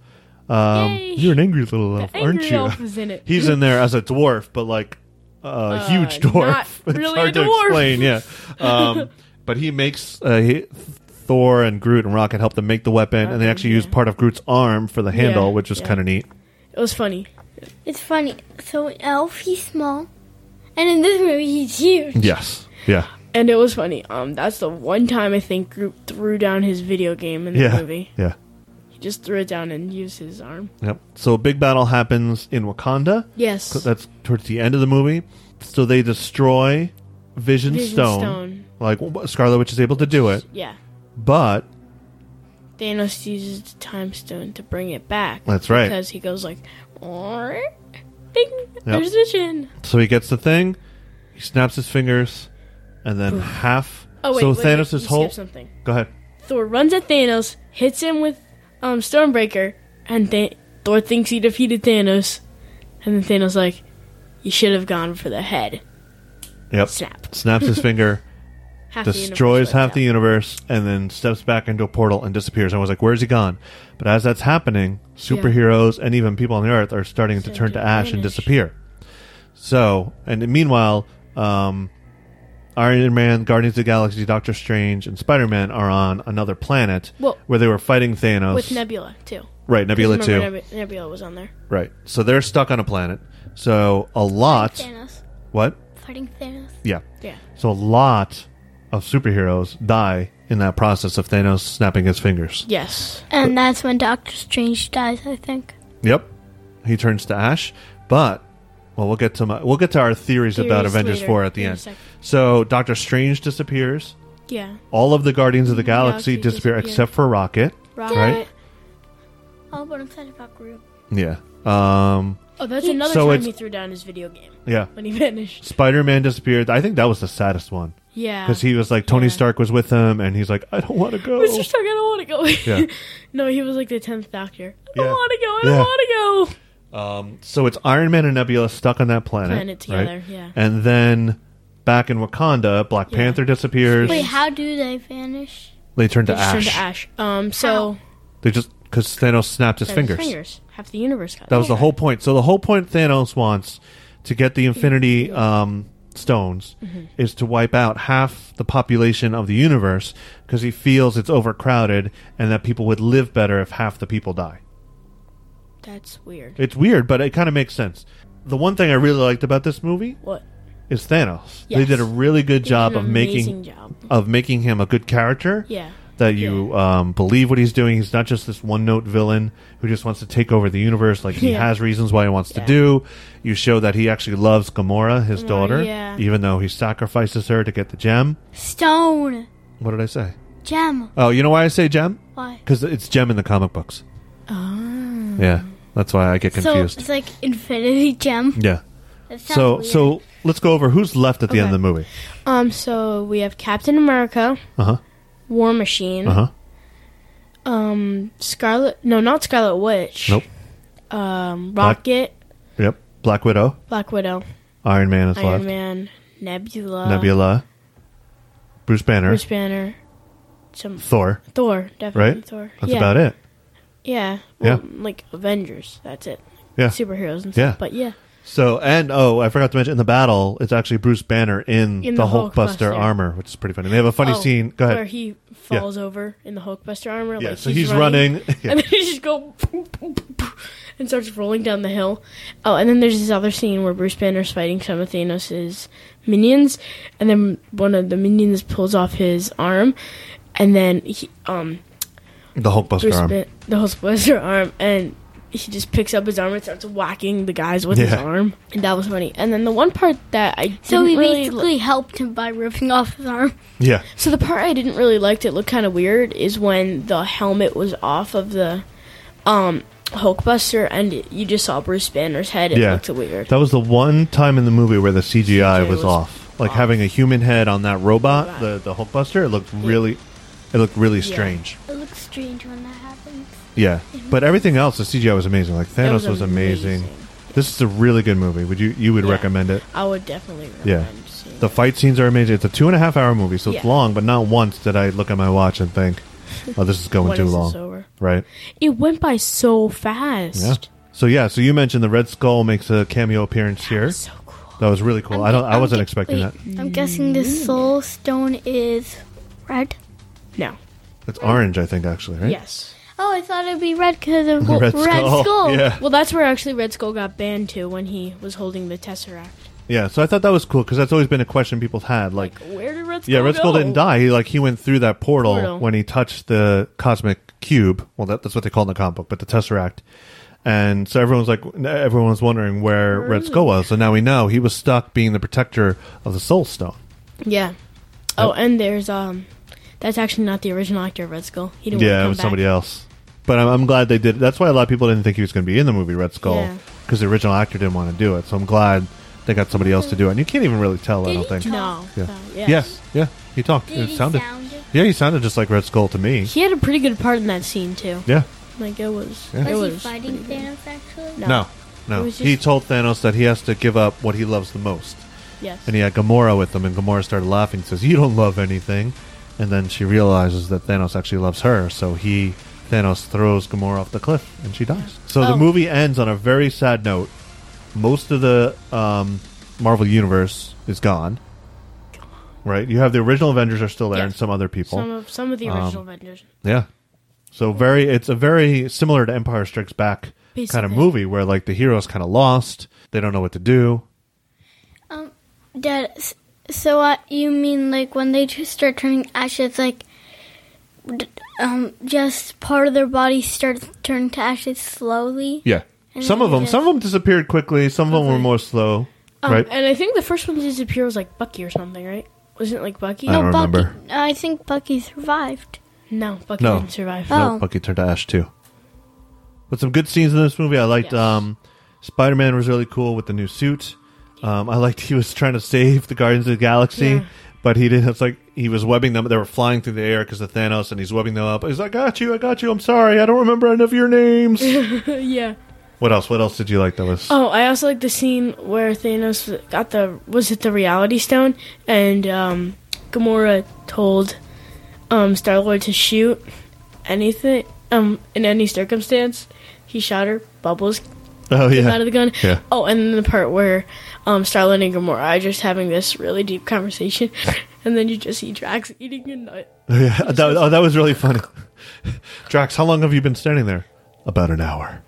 [SPEAKER 3] um,
[SPEAKER 1] Yay.
[SPEAKER 3] you're an angry little elf, aren't you?
[SPEAKER 1] was in it.
[SPEAKER 3] <laughs> He's in there as a dwarf, but like a huge dwarf.
[SPEAKER 1] Uh,
[SPEAKER 3] <laughs>
[SPEAKER 1] not
[SPEAKER 3] it's
[SPEAKER 1] really
[SPEAKER 3] hard
[SPEAKER 1] a
[SPEAKER 3] to
[SPEAKER 1] dwarf.
[SPEAKER 3] explain. Yeah, um,
[SPEAKER 1] <laughs>
[SPEAKER 3] but he makes uh, he, Thor and Groot and Rocket help them make the weapon, and they
[SPEAKER 1] Weapon,
[SPEAKER 3] actually use
[SPEAKER 1] yeah.
[SPEAKER 3] part of Groot's arm for the handle,
[SPEAKER 1] Yeah,
[SPEAKER 3] which is
[SPEAKER 1] yeah.
[SPEAKER 3] kind of neat.
[SPEAKER 1] It was funny.
[SPEAKER 2] It's funny. So in Elf, he's small, and in this movie, he's huge.
[SPEAKER 3] Yes. Yeah.
[SPEAKER 1] And it was funny. Um, that's the one time I think Groot threw down his video game in the
[SPEAKER 3] Yeah.
[SPEAKER 1] movie.
[SPEAKER 3] Yeah.
[SPEAKER 1] He just threw it down and used his arm.
[SPEAKER 3] Yep. So a big battle happens in Wakanda.
[SPEAKER 1] Yes.
[SPEAKER 3] So that's towards the end of the movie. So they destroy Vision,
[SPEAKER 1] Vision
[SPEAKER 3] Stone.
[SPEAKER 1] Stone.
[SPEAKER 3] Like w- Scarlet Witch is able to do it,
[SPEAKER 1] Yeah.
[SPEAKER 3] but
[SPEAKER 1] Thanos uses the time stone to bring it back.
[SPEAKER 3] That's right.
[SPEAKER 1] Because he goes like, "Arr, bing, there's
[SPEAKER 3] Yep.
[SPEAKER 1] vision.
[SPEAKER 3] so he gets the thing, he snaps his fingers, and then half.
[SPEAKER 1] Oh wait,
[SPEAKER 3] so
[SPEAKER 1] wait, wait,
[SPEAKER 3] Thanos'
[SPEAKER 1] you
[SPEAKER 3] is whole.
[SPEAKER 1] skipped something.
[SPEAKER 3] Go ahead.
[SPEAKER 1] Thor runs at Thanos, hits him with um, Stormbreaker, and Th- Thor thinks he defeated Thanos, and then Thanos like, "You should have gone for the head."
[SPEAKER 3] Yep.
[SPEAKER 1] Snap.
[SPEAKER 3] Snaps his
[SPEAKER 1] <laughs>
[SPEAKER 3] finger,
[SPEAKER 1] Half the universe
[SPEAKER 3] destroys
[SPEAKER 1] wiped
[SPEAKER 3] half the
[SPEAKER 1] out.
[SPEAKER 3] universe, and then steps back into a portal and disappears. I was like, "Where's he gone?" But as that's happening, superheroes and even people on the Earth are starting to
[SPEAKER 1] Start
[SPEAKER 3] turn
[SPEAKER 1] to
[SPEAKER 3] to ash and
[SPEAKER 1] vanish.
[SPEAKER 3] disappear. So, and meanwhile, um, Iron Man, Guardians of the Galaxy, Doctor Strange, and Spider Man are on another planet
[SPEAKER 1] Well-
[SPEAKER 3] where they were fighting Thanos.
[SPEAKER 1] with Nebula too.
[SPEAKER 3] right, Nebula
[SPEAKER 1] Remember
[SPEAKER 3] too.
[SPEAKER 1] Neb- Nebula was on there.
[SPEAKER 3] Right. So they're stuck on a planet. So a lot.
[SPEAKER 2] Thanos
[SPEAKER 3] What?
[SPEAKER 2] fighting Thanos.
[SPEAKER 3] Yeah.
[SPEAKER 1] Yeah.
[SPEAKER 3] So a lot of superheroes die in that process of Thanos snapping his fingers.
[SPEAKER 1] Yes.
[SPEAKER 2] And that's when Doctor Strange dies, I think.
[SPEAKER 3] Yep. He turns to ash, but well, we'll get to my, we'll get to our theories, about
[SPEAKER 1] Theories
[SPEAKER 3] Avengers
[SPEAKER 1] later,
[SPEAKER 3] Four at the
[SPEAKER 1] in a
[SPEAKER 3] end.
[SPEAKER 1] sec.
[SPEAKER 3] So Doctor Strange disappears.
[SPEAKER 1] Yeah.
[SPEAKER 3] All of the Guardians
[SPEAKER 1] Mm,
[SPEAKER 3] of the Galaxy
[SPEAKER 1] Galaxy
[SPEAKER 3] disappear,
[SPEAKER 1] disappear.
[SPEAKER 3] except for Rocket.
[SPEAKER 1] Rocket.
[SPEAKER 3] Right?
[SPEAKER 2] Oh, but I'm talking about Groot.
[SPEAKER 3] Yeah. Um.
[SPEAKER 1] Oh, that's another
[SPEAKER 3] So
[SPEAKER 1] time
[SPEAKER 3] it's-
[SPEAKER 1] he threw down his video game
[SPEAKER 3] Yeah.
[SPEAKER 1] when he <laughs> vanished.
[SPEAKER 3] Spider Man disappeared. I think that was the saddest one
[SPEAKER 1] Yeah.
[SPEAKER 3] because he was like Tony
[SPEAKER 1] Uh, Yeah.
[SPEAKER 3] Stark was with him, and he's like, I don't want to go.
[SPEAKER 1] Mr. Stark, I don't want to go.
[SPEAKER 3] Oh. Yeah.
[SPEAKER 1] <laughs> no, he was like the tenth Doctor. I
[SPEAKER 3] Yeah.
[SPEAKER 1] don't want to go. I don't
[SPEAKER 3] Yeah.
[SPEAKER 1] want to go.
[SPEAKER 3] Um, so it's Iron Man and Nebula stuck on that planet.
[SPEAKER 1] Planet together, yeah.
[SPEAKER 3] And then back in Wakanda, Black
[SPEAKER 1] Yeah.
[SPEAKER 3] Panther disappears.
[SPEAKER 2] Wait, how do they vanish?
[SPEAKER 3] They turn to
[SPEAKER 1] They just
[SPEAKER 3] ash.
[SPEAKER 1] turned to ash. Um. So
[SPEAKER 3] They just because Thanos snapped his
[SPEAKER 1] Thanos'
[SPEAKER 3] fingers.
[SPEAKER 1] fingers. Half the universe got.
[SPEAKER 3] That was the
[SPEAKER 1] destroyed.
[SPEAKER 3] whole point. So the whole point Thanos wants to get the Infinity um, Stones
[SPEAKER 1] Mm-hmm.
[SPEAKER 3] is to wipe out half the population of the universe because he feels it's overcrowded and that people would live better if half the people die.
[SPEAKER 1] That's weird.
[SPEAKER 3] It's weird, but it kind of makes sense. The one thing I really liked about this movie
[SPEAKER 1] What?
[SPEAKER 3] is Thanos. They
[SPEAKER 1] Yes.
[SPEAKER 3] did a really good job
[SPEAKER 1] Did an
[SPEAKER 3] of making
[SPEAKER 1] amazing job.
[SPEAKER 3] of making him a good character.
[SPEAKER 1] Yeah.
[SPEAKER 3] That you um, believe what he's doing. He's not just this one note villain who just wants to take over the universe. Like he
[SPEAKER 1] Yeah.
[SPEAKER 3] has reasons why he wants to
[SPEAKER 1] Yeah.
[SPEAKER 3] do. You show that he actually loves Gamora, his
[SPEAKER 1] Gamora,
[SPEAKER 3] daughter,
[SPEAKER 1] yeah.
[SPEAKER 3] even though he sacrifices her to get the gem.
[SPEAKER 2] Stone.
[SPEAKER 3] What did I say?
[SPEAKER 2] Gem.
[SPEAKER 3] Oh, you know why I say gem?
[SPEAKER 2] Why?
[SPEAKER 3] Because it's gem in the comic books.
[SPEAKER 1] Oh.
[SPEAKER 3] Yeah, that's why I get
[SPEAKER 2] So
[SPEAKER 3] confused.
[SPEAKER 2] it's like Infinity Gem.
[SPEAKER 3] yeah.
[SPEAKER 2] That sounds
[SPEAKER 3] So
[SPEAKER 2] weird.
[SPEAKER 3] so let's go over who's left at the end
[SPEAKER 1] Okay.
[SPEAKER 3] of the movie.
[SPEAKER 1] Um. So we have Captain America,
[SPEAKER 3] Uh huh.
[SPEAKER 1] War Machine,
[SPEAKER 3] Uh huh.
[SPEAKER 1] um, Scarlet. No, not Scarlet Witch.
[SPEAKER 3] Nope.
[SPEAKER 1] Um,
[SPEAKER 3] Black-
[SPEAKER 1] Rocket,
[SPEAKER 3] Yep. Black Widow,
[SPEAKER 1] Black Widow,
[SPEAKER 3] Iron Man is
[SPEAKER 1] Iron
[SPEAKER 3] left.
[SPEAKER 1] Man, Nebula,
[SPEAKER 3] Nebula, Bruce Banner,
[SPEAKER 1] Uh, Bruce Banner, some
[SPEAKER 3] Thor.
[SPEAKER 1] Thor, definitely
[SPEAKER 3] Right?
[SPEAKER 1] Thor.
[SPEAKER 3] That's
[SPEAKER 1] yeah.
[SPEAKER 3] about it.
[SPEAKER 1] Yeah.
[SPEAKER 3] Yeah.
[SPEAKER 1] Well, Like Avengers. That's it.
[SPEAKER 3] Yeah.
[SPEAKER 1] Superheroes and stuff.
[SPEAKER 3] Yeah.
[SPEAKER 1] But yeah.
[SPEAKER 3] So and oh, I forgot to mention in the battle, it's actually Bruce Banner in,
[SPEAKER 1] In
[SPEAKER 3] the,
[SPEAKER 1] the
[SPEAKER 3] Hulkbuster
[SPEAKER 1] Hulkbuster.
[SPEAKER 3] armor, which is pretty funny. They have a funny
[SPEAKER 1] Oh,
[SPEAKER 3] scene. Go
[SPEAKER 1] Where
[SPEAKER 3] ahead.
[SPEAKER 1] he falls over in the Hulkbuster armor.
[SPEAKER 3] Yeah,
[SPEAKER 1] like
[SPEAKER 3] so he's, running.
[SPEAKER 1] <laughs>
[SPEAKER 3] Yeah.
[SPEAKER 1] And then he just go and starts rolling down the hill. Oh, and then there's this other scene where Bruce Banner's fighting some of Thanos' minions, and then one of the minions pulls off his arm, and then he, um,
[SPEAKER 3] The Hulkbuster
[SPEAKER 1] Bruce
[SPEAKER 3] arm.
[SPEAKER 1] Ban- the whole Buster arm, and he just picks up his arm and starts whacking the guys with his
[SPEAKER 3] Yeah.
[SPEAKER 1] arm, and that was funny. And then the one part that I
[SPEAKER 2] So he
[SPEAKER 1] didn't really
[SPEAKER 2] basically helped him by ripping off his arm.
[SPEAKER 3] Yeah.
[SPEAKER 1] so the part I didn't really like that looked kind of weird is when the helmet was off of the um Hulkbuster and it- you just saw Bruce Banner's head. It
[SPEAKER 3] Yeah.
[SPEAKER 1] looked weird.
[SPEAKER 3] That was the one time in the movie where the CGI,
[SPEAKER 1] CGI
[SPEAKER 3] was,
[SPEAKER 1] was
[SPEAKER 3] off. Like having a human head on that robot,
[SPEAKER 1] Robot.
[SPEAKER 3] the the Hulkbuster, it looked really it looked really
[SPEAKER 1] Yeah.
[SPEAKER 3] strange.
[SPEAKER 2] It looks strange when that happens.
[SPEAKER 3] Yeah. But everything else, the CGI was amazing. Like
[SPEAKER 1] Mm-hmm. That
[SPEAKER 3] Thanos was, amazing.
[SPEAKER 1] amazing.
[SPEAKER 3] This is a really good movie. Would you you would
[SPEAKER 1] Yeah.
[SPEAKER 3] recommend it?
[SPEAKER 1] I would definitely
[SPEAKER 3] Yeah.
[SPEAKER 1] recommend seeing
[SPEAKER 3] The fight scenes are amazing. It's a two and a half hour movie, so it's
[SPEAKER 1] Yeah.
[SPEAKER 3] long, but not once did I look at my watch and think, "Oh, this is
[SPEAKER 1] it.
[SPEAKER 3] going
[SPEAKER 1] When
[SPEAKER 3] too
[SPEAKER 1] is this
[SPEAKER 3] long."
[SPEAKER 1] over?
[SPEAKER 3] Right?
[SPEAKER 1] It went by so
[SPEAKER 3] Yeah.
[SPEAKER 1] fast.
[SPEAKER 3] So yeah, so you mentioned the Red Skull makes a cameo appearance here.
[SPEAKER 1] So cool.
[SPEAKER 3] That was really cool. I don't. I wasn't expecting that.
[SPEAKER 2] I'm guessing the
[SPEAKER 1] Mm.
[SPEAKER 2] soul stone is red.
[SPEAKER 1] No.
[SPEAKER 3] It's orange, I think, actually. Right?
[SPEAKER 1] Yes.
[SPEAKER 2] Oh, I thought it'd be red because of well, red, skull.
[SPEAKER 3] <laughs> Yeah.
[SPEAKER 1] Well, that's where actually Red Skull got banned to when he was holding the Tesseract.
[SPEAKER 3] Yeah. So I thought that was cool because that's always been a question people had. Like,
[SPEAKER 1] Like, where did Red Skull
[SPEAKER 3] yeah, Red Skull
[SPEAKER 1] go?
[SPEAKER 3] didn't die. He like he went through that portal,
[SPEAKER 1] Portal.
[SPEAKER 3] when he touched the cosmic cube. Well, that, that's what they call it in the comic book, but the Tesseract. And so everyone was like, everyone was wondering where
[SPEAKER 1] Mm.
[SPEAKER 3] Red Skull was. So now we know he was stuck being the protector of the Soul Stone.
[SPEAKER 1] Yeah. Oh, and there's um, that's actually not the original actor of Red Skull. He didn't.
[SPEAKER 3] Yeah,
[SPEAKER 1] want
[SPEAKER 3] it
[SPEAKER 1] to
[SPEAKER 3] was
[SPEAKER 1] come
[SPEAKER 3] somebody
[SPEAKER 1] back.
[SPEAKER 3] else. But I'm, I'm glad they did. That's why a lot of people didn't think he was going to be in the movie Red Skull
[SPEAKER 1] Yeah.
[SPEAKER 3] because the original actor didn't want to do it. So I'm glad they got somebody else to do it. And you can't even really tell. I
[SPEAKER 2] Did
[SPEAKER 3] don't
[SPEAKER 2] he
[SPEAKER 3] think.
[SPEAKER 2] talk?
[SPEAKER 1] No.
[SPEAKER 3] Yeah.
[SPEAKER 1] Uh, yes.
[SPEAKER 3] Yes. Yeah. He talked.
[SPEAKER 2] Did
[SPEAKER 3] it
[SPEAKER 2] he
[SPEAKER 3] sounded.
[SPEAKER 2] sound it?
[SPEAKER 3] Yeah, he sounded just like Red Skull to me.
[SPEAKER 1] He had a pretty good part in that scene too.
[SPEAKER 3] Yeah.
[SPEAKER 1] Like it was.
[SPEAKER 3] Yeah.
[SPEAKER 1] It
[SPEAKER 2] Was,
[SPEAKER 1] was.
[SPEAKER 2] he fighting
[SPEAKER 1] pretty good.
[SPEAKER 2] Thanos actually?
[SPEAKER 1] No.
[SPEAKER 3] No. No.
[SPEAKER 1] It was
[SPEAKER 3] He
[SPEAKER 1] just-
[SPEAKER 3] told Thanos that he has to give up what he loves the most.
[SPEAKER 1] Yes.
[SPEAKER 3] And he had Gamora with him, and Gamora started laughing. Says, "You don't love anything," and then she realizes that Thanos actually loves her. So he Thanos throws Gamora off the cliff, and she dies. So the
[SPEAKER 1] Oh.
[SPEAKER 3] movie ends on a very sad note. Most of the um, Marvel universe is gone. Right, you have the original Avengers are still there,
[SPEAKER 1] Yeah.
[SPEAKER 3] and some other people.
[SPEAKER 1] some of some of the
[SPEAKER 3] Um,
[SPEAKER 1] original Avengers.
[SPEAKER 3] yeah, so very it's a very similar to Empire Strikes Back kind of
[SPEAKER 1] Basically.
[SPEAKER 3] movie where like the heroes kind of lost, they don't know what to do.
[SPEAKER 2] Um, Dad. s- So what you mean like when they just start turning ash? It's like, d- um, just part of their body starts turning to ashes slowly.
[SPEAKER 3] Yeah.
[SPEAKER 2] And
[SPEAKER 3] Some
[SPEAKER 2] then
[SPEAKER 3] of
[SPEAKER 2] you
[SPEAKER 3] them,
[SPEAKER 2] just-
[SPEAKER 3] some of them disappeared quickly. Some of them were
[SPEAKER 1] Okay.
[SPEAKER 3] more slow,
[SPEAKER 1] Um,
[SPEAKER 3] right?
[SPEAKER 1] And I think the first one to disappear was like Bucky or something, right? Wasn't it like Bucky?
[SPEAKER 3] I don't
[SPEAKER 2] no, Bucky.
[SPEAKER 3] remember.
[SPEAKER 2] I think Bucky survived.
[SPEAKER 1] No, Bucky
[SPEAKER 3] No.
[SPEAKER 1] didn't survive.
[SPEAKER 2] Oh.
[SPEAKER 3] No, Bucky turned to ash too. But some good scenes in this movie. I liked.
[SPEAKER 1] Yes.
[SPEAKER 3] Um, Spider Man was really cool with the new suit. Um, I liked <laughs> he was trying to save the Guardians of the Galaxy,
[SPEAKER 1] Yeah.
[SPEAKER 3] but he didn't. It's like he was webbing them. They were flying through the air because of Thanos, and he's webbing them up. He's like, "I got you, I got you. I'm sorry, I don't remember any of your names."
[SPEAKER 1] <laughs> yeah.
[SPEAKER 3] what else? What else did you like that was?
[SPEAKER 1] Oh, I also like the scene where Thanos got the was it the Reality Stone, and um, Gamora told um, Star Lord to shoot anything um, in any circumstance. He shot her. Bubbles
[SPEAKER 3] Oh yeah.
[SPEAKER 1] out of the gun.
[SPEAKER 3] Yeah.
[SPEAKER 1] Oh, and then the part where um, Starlin and Gamora are just having this really deep conversation, <laughs> and then you just see Drax eating a nut.
[SPEAKER 3] yeah. That, oh, that was really funny. <laughs> Drax, how long have you been standing there? About an hour.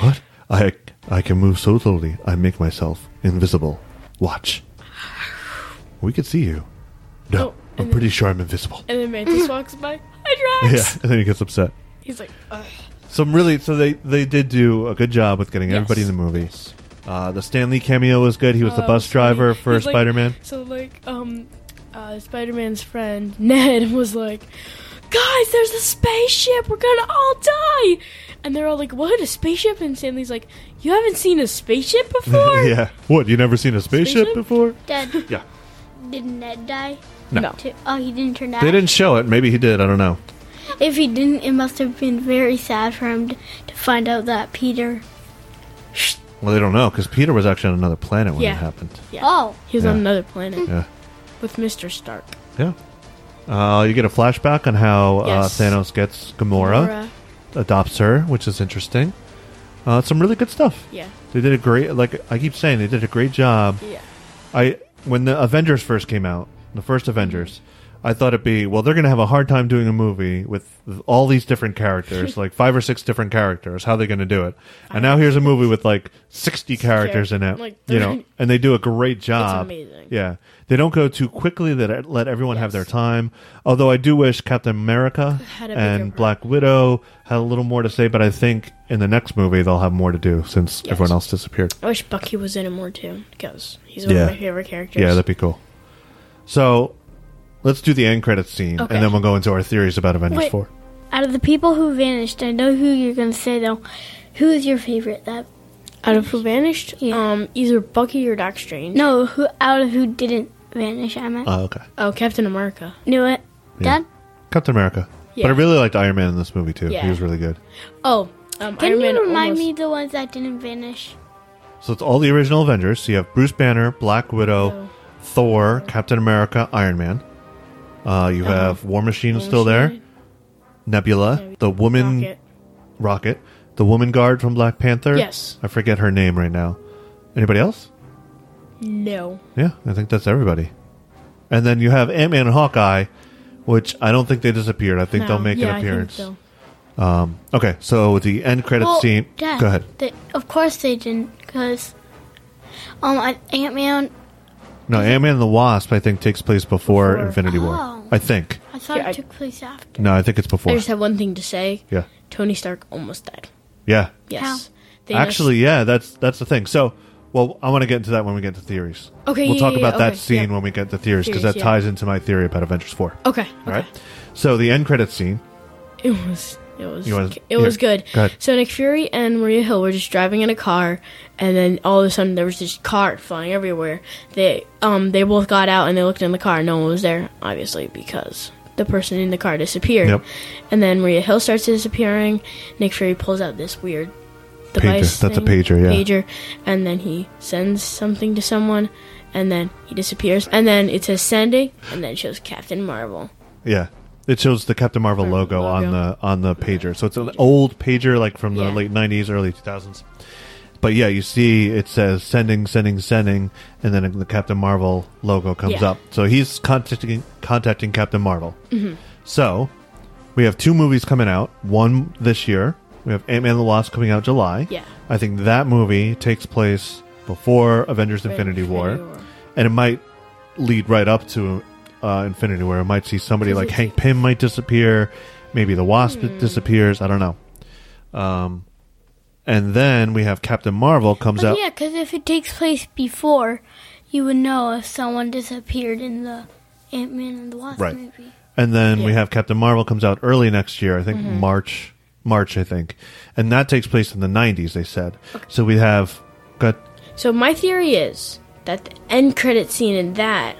[SPEAKER 3] What? I I can move so slowly. I make myself invisible. Watch. We could see you. No,
[SPEAKER 1] Oh,
[SPEAKER 3] I'm pretty sure I'm invisible.
[SPEAKER 1] And then Mantis walks by. Hi,
[SPEAKER 3] <laughs> Yeah,
[SPEAKER 1] Drax.
[SPEAKER 3] and then he gets upset.
[SPEAKER 1] He's like, Ugh.
[SPEAKER 3] Some really, so they they did do a good job with getting
[SPEAKER 1] Yes.
[SPEAKER 3] everybody in the movie. Uh, the Stan Lee cameo was good. He was the
[SPEAKER 1] Oh,
[SPEAKER 3] bus
[SPEAKER 1] it's funny. <laughs>
[SPEAKER 3] driver for
[SPEAKER 1] He's like-
[SPEAKER 3] Spider Man.
[SPEAKER 1] so like um, uh, Spider Man's friend <laughs> Ned was like, guys, there's a spaceship. We're gonna all die. And they're all like, what? A spaceship? And Stanley's like, you haven't seen a
[SPEAKER 3] <laughs>
[SPEAKER 1] spaceship before?
[SPEAKER 3] yeah. What? You never seen a spaceship,
[SPEAKER 1] Spaceship?
[SPEAKER 3] before?
[SPEAKER 2] Dad,
[SPEAKER 3] Yeah.
[SPEAKER 2] did Ned die?
[SPEAKER 3] No.
[SPEAKER 1] No.
[SPEAKER 2] Too? Oh, he didn't turn out.
[SPEAKER 3] They didn't show it. Maybe he did. I don't know.
[SPEAKER 2] If he didn't, it must have been very sad for him to, to find out that Peter.
[SPEAKER 3] Well, they don't know because Peter was actually on another planet when
[SPEAKER 1] Yeah.
[SPEAKER 3] it happened.
[SPEAKER 1] Yeah.
[SPEAKER 2] Oh,
[SPEAKER 1] He was on
[SPEAKER 3] Yeah.
[SPEAKER 1] another planet
[SPEAKER 3] Yeah.
[SPEAKER 1] with Mister Stark.
[SPEAKER 3] Yeah. Uh, you get a flashback on how
[SPEAKER 1] Yes.
[SPEAKER 3] uh, Thanos gets Gamora, adopts her, which is interesting. Uh, some really good stuff.
[SPEAKER 1] Yeah.
[SPEAKER 3] They did a great, like I keep saying, they did a great job.
[SPEAKER 1] Yeah.
[SPEAKER 3] I when the Avengers first came out, the first Avengers, I thought it'd be well, they're gonna have a hard time doing a movie with all these different
[SPEAKER 1] <laughs>
[SPEAKER 3] characters, like five or six different characters. How are they gonna do it? And now here's a movie with like sixty characters in it,
[SPEAKER 1] Like,
[SPEAKER 3] you know, and they do a great job.
[SPEAKER 1] amazing.
[SPEAKER 3] Yeah, they don't go too quickly. That let everyone have their time. Although I do wish Captain America
[SPEAKER 1] Had a bigger
[SPEAKER 3] and
[SPEAKER 1] part.
[SPEAKER 3] Black Widow had a little more to say, but I think in the next movie they'll have more to do since
[SPEAKER 1] Yes.
[SPEAKER 3] everyone else disappeared.
[SPEAKER 1] I wish Bucky was in it more too, because he's one
[SPEAKER 3] Yeah.
[SPEAKER 1] of my favorite characters.
[SPEAKER 3] Yeah, that'd be cool. So let's do the end credits scene,
[SPEAKER 1] Okay.
[SPEAKER 3] and then we'll go into our theories about Avengers
[SPEAKER 2] Wait.
[SPEAKER 3] 4.
[SPEAKER 2] out of the people who vanished, I know who you're gonna say though. Who is your favorite? That
[SPEAKER 1] out of who vanished,
[SPEAKER 2] Yeah.
[SPEAKER 1] um, either Bucky or Doc Strange.
[SPEAKER 2] no, who out of who didn't vanish? I meant
[SPEAKER 3] Oh, okay.
[SPEAKER 1] oh, Captain America.
[SPEAKER 2] knew it.
[SPEAKER 3] Yeah.
[SPEAKER 2] Dad,
[SPEAKER 3] Captain America.
[SPEAKER 1] Yeah.
[SPEAKER 3] But I really liked Iron Man in this movie, too.
[SPEAKER 1] Yeah.
[SPEAKER 3] He was really good.
[SPEAKER 1] Oh, um,
[SPEAKER 2] can
[SPEAKER 1] Iron Man
[SPEAKER 2] you remind
[SPEAKER 1] almost-
[SPEAKER 2] me the ones that didn't vanish?
[SPEAKER 3] So it's all the original Avengers. So you have Bruce Banner, Black Widow,
[SPEAKER 1] Oh.
[SPEAKER 3] Thor, Captain America, Iron Man. Uh, you have War Machine still there, Nebula,
[SPEAKER 1] Uh-huh. Yeah,
[SPEAKER 3] the woman
[SPEAKER 1] Rocket.
[SPEAKER 3] Rocket, the woman guard from Black Panther.
[SPEAKER 1] Yes.
[SPEAKER 3] I forget her name right now. Anybody else?
[SPEAKER 1] No,
[SPEAKER 3] Yeah, I think that's everybody. And then you have Ant Man and Hawkeye, which I don't think they disappeared. I think
[SPEAKER 1] No.
[SPEAKER 3] they'll make
[SPEAKER 1] Yeah, I
[SPEAKER 3] an
[SPEAKER 1] think
[SPEAKER 3] appearance.
[SPEAKER 1] so.
[SPEAKER 3] Okay, so the end credits scene.
[SPEAKER 2] Dad,
[SPEAKER 3] Go ahead.
[SPEAKER 2] They, of course they didn't, because um, Ant Man.
[SPEAKER 3] No, Ant Man and the Wasp, I think, takes place before,
[SPEAKER 1] Before.
[SPEAKER 3] Infinity
[SPEAKER 2] Oh.
[SPEAKER 3] War. I think.
[SPEAKER 2] I thought
[SPEAKER 1] Yeah,
[SPEAKER 2] it
[SPEAKER 1] I-
[SPEAKER 2] took place after.
[SPEAKER 3] No, I think it's before.
[SPEAKER 1] I just have one thing to say.
[SPEAKER 3] yeah.
[SPEAKER 1] Tony Stark almost died.
[SPEAKER 3] Yeah.
[SPEAKER 1] Yes, Thanos-
[SPEAKER 3] Actually, yeah, that's that's the thing. So, well, I want to get into that when we get to theories.
[SPEAKER 1] Okay,
[SPEAKER 3] We'll
[SPEAKER 1] yeah,
[SPEAKER 3] talk
[SPEAKER 1] yeah,
[SPEAKER 3] about
[SPEAKER 1] yeah,
[SPEAKER 3] that
[SPEAKER 1] okay,
[SPEAKER 3] scene
[SPEAKER 1] yeah.
[SPEAKER 3] when we get to theories because
[SPEAKER 1] Theories,
[SPEAKER 3] that
[SPEAKER 1] yeah.
[SPEAKER 3] ties into my theory about Avengers 4.
[SPEAKER 1] Okay.
[SPEAKER 3] All right. So, the end credits scene.
[SPEAKER 1] It was. It was.
[SPEAKER 3] You wanna-
[SPEAKER 1] It was
[SPEAKER 3] here,
[SPEAKER 1] good.
[SPEAKER 3] go ahead.
[SPEAKER 1] So Nick Fury and Maria Hill were just driving in a car, and then all of a sudden there was this car flying everywhere. They um they both got out and they looked in the car. No one was there, obviously, because the person in the car disappeared.
[SPEAKER 3] Yep.
[SPEAKER 1] And then Maria Hill starts disappearing. Nick Fury pulls out this weird device.
[SPEAKER 3] That's a
[SPEAKER 1] thing,
[SPEAKER 3] pager, yeah.
[SPEAKER 1] Pager, and then he sends something to someone, and then he disappears. And then it says sending, and then it shows Captain Marvel.
[SPEAKER 3] Yeah. It shows the Captain Marvel logo,
[SPEAKER 1] Logo.
[SPEAKER 3] on the on the pager. So it's an old pager like from the
[SPEAKER 1] Yeah.
[SPEAKER 3] late 90s, early 2000s. But yeah, you see it says sending, sending, sending and then the Captain Marvel logo comes
[SPEAKER 1] Yeah.
[SPEAKER 3] up. So he's contacting contacting Captain Marvel.
[SPEAKER 1] Mm-hmm.
[SPEAKER 3] So, we have two movies coming out. One this year. We have Ant-Man and the Wasp coming out July.
[SPEAKER 1] Yeah.
[SPEAKER 3] I think that movie takes place before Avengers Infinity, War,
[SPEAKER 1] Infinity War.
[SPEAKER 3] and it might lead right up to uh, Infinity War. It might see somebody like
[SPEAKER 1] it's-
[SPEAKER 3] Hank Pym might disappear, maybe the Wasp
[SPEAKER 1] Hmm.
[SPEAKER 3] disappears. I don't know. Um, and then we have Captain Marvel comes
[SPEAKER 1] Oh,
[SPEAKER 2] But
[SPEAKER 3] out.
[SPEAKER 2] yeah, because if it takes place before, you would know if someone disappeared in the Ant Man and the Wasp
[SPEAKER 3] Right.
[SPEAKER 2] movie.
[SPEAKER 3] And then we
[SPEAKER 1] Yeah. Mm-hmm.
[SPEAKER 3] have Captain Marvel comes out early next year. I think March, March, I think, and that takes place in the '90s. They said. So we have got
[SPEAKER 1] So my theory is that the end credit scene in that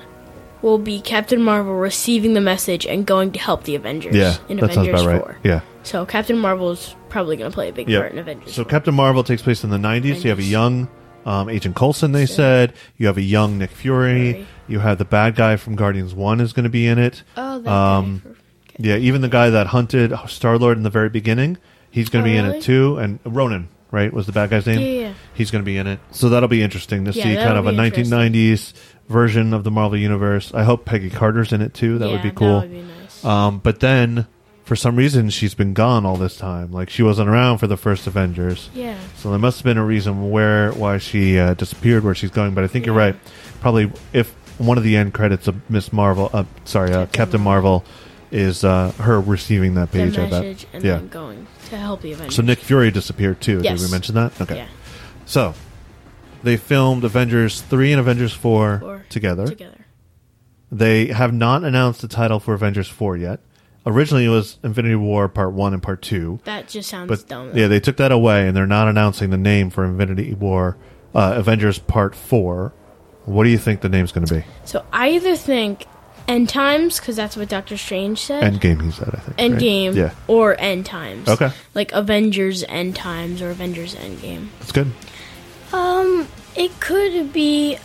[SPEAKER 1] will be Captain Marvel receiving the message and going to help the Avengers
[SPEAKER 3] yeah.
[SPEAKER 1] in
[SPEAKER 3] that sounds
[SPEAKER 1] Avengers
[SPEAKER 3] about right.
[SPEAKER 1] 4.
[SPEAKER 3] Yeah.
[SPEAKER 1] So Captain Marvel is probably going to play a big
[SPEAKER 3] Yeah.
[SPEAKER 1] part in Avengers.
[SPEAKER 3] So Captain Marvel takes place in the 90s. You have a
[SPEAKER 1] 90s.
[SPEAKER 3] young um, Agent Coulson, they said. You have a young Nick Fury.
[SPEAKER 1] Fury.
[SPEAKER 3] You have the bad guy from Guardians 1 is going to be in it.
[SPEAKER 1] Oh, that
[SPEAKER 3] Um, Yeah, even the guy that hunted Star Lord in the very beginning, he's going to
[SPEAKER 1] Oh,
[SPEAKER 3] be in
[SPEAKER 1] really?
[SPEAKER 3] it too. And Ronan. right? Was the bad guy's name?
[SPEAKER 1] Yeah, yeah.
[SPEAKER 3] He's going to be in it. So that'll be interesting to
[SPEAKER 1] Yeah,
[SPEAKER 3] see kind
[SPEAKER 1] that'll
[SPEAKER 3] of a
[SPEAKER 1] be interesting.
[SPEAKER 3] 1990s version of the Marvel Universe. I hope Peggy Carter's in it too. That would
[SPEAKER 1] Yeah,
[SPEAKER 3] be cool.
[SPEAKER 1] That would be nice.
[SPEAKER 3] Um, but then, for some reason, she's been gone all this time. Like she wasn't around for the first Avengers,
[SPEAKER 1] yeah.
[SPEAKER 3] so there must have been a reason where why she uh, disappeared, where she's going. But I think you're
[SPEAKER 1] Yeah.
[SPEAKER 3] right. Probably if one of the end credits of Miss Marvel, uh, sorry, uh, Captain Marvel, is uh, her receiving that
[SPEAKER 1] The
[SPEAKER 3] page. I bet.
[SPEAKER 1] message and
[SPEAKER 3] Yeah.
[SPEAKER 1] then going to help the Avengers.
[SPEAKER 3] So Nick Fury disappeared too.
[SPEAKER 1] Yes.
[SPEAKER 3] Did we mention that? Okay.
[SPEAKER 1] Yeah.
[SPEAKER 3] So they filmed Avengers three and Avengers four,
[SPEAKER 1] Four.
[SPEAKER 3] together.
[SPEAKER 1] Together.
[SPEAKER 3] They have not announced the title for Avengers 4 yet. Originally, it was Infinity War Part 1 and Part 2.
[SPEAKER 1] That just sounds
[SPEAKER 3] But
[SPEAKER 1] dumb.
[SPEAKER 3] yeah, they took that away and they're not announcing the name for Infinity War uh, Avengers Part 4. What do you think the name's going to be?
[SPEAKER 1] So I either think end times because that's what Doctor Strange said.
[SPEAKER 3] Endgame, he said, I think. right?
[SPEAKER 1] Endgame
[SPEAKER 3] Yeah.
[SPEAKER 1] or End Times.
[SPEAKER 3] Okay.
[SPEAKER 1] Like Avengers End Times or Avengers Endgame.
[SPEAKER 3] That's good.
[SPEAKER 2] Um, it could be,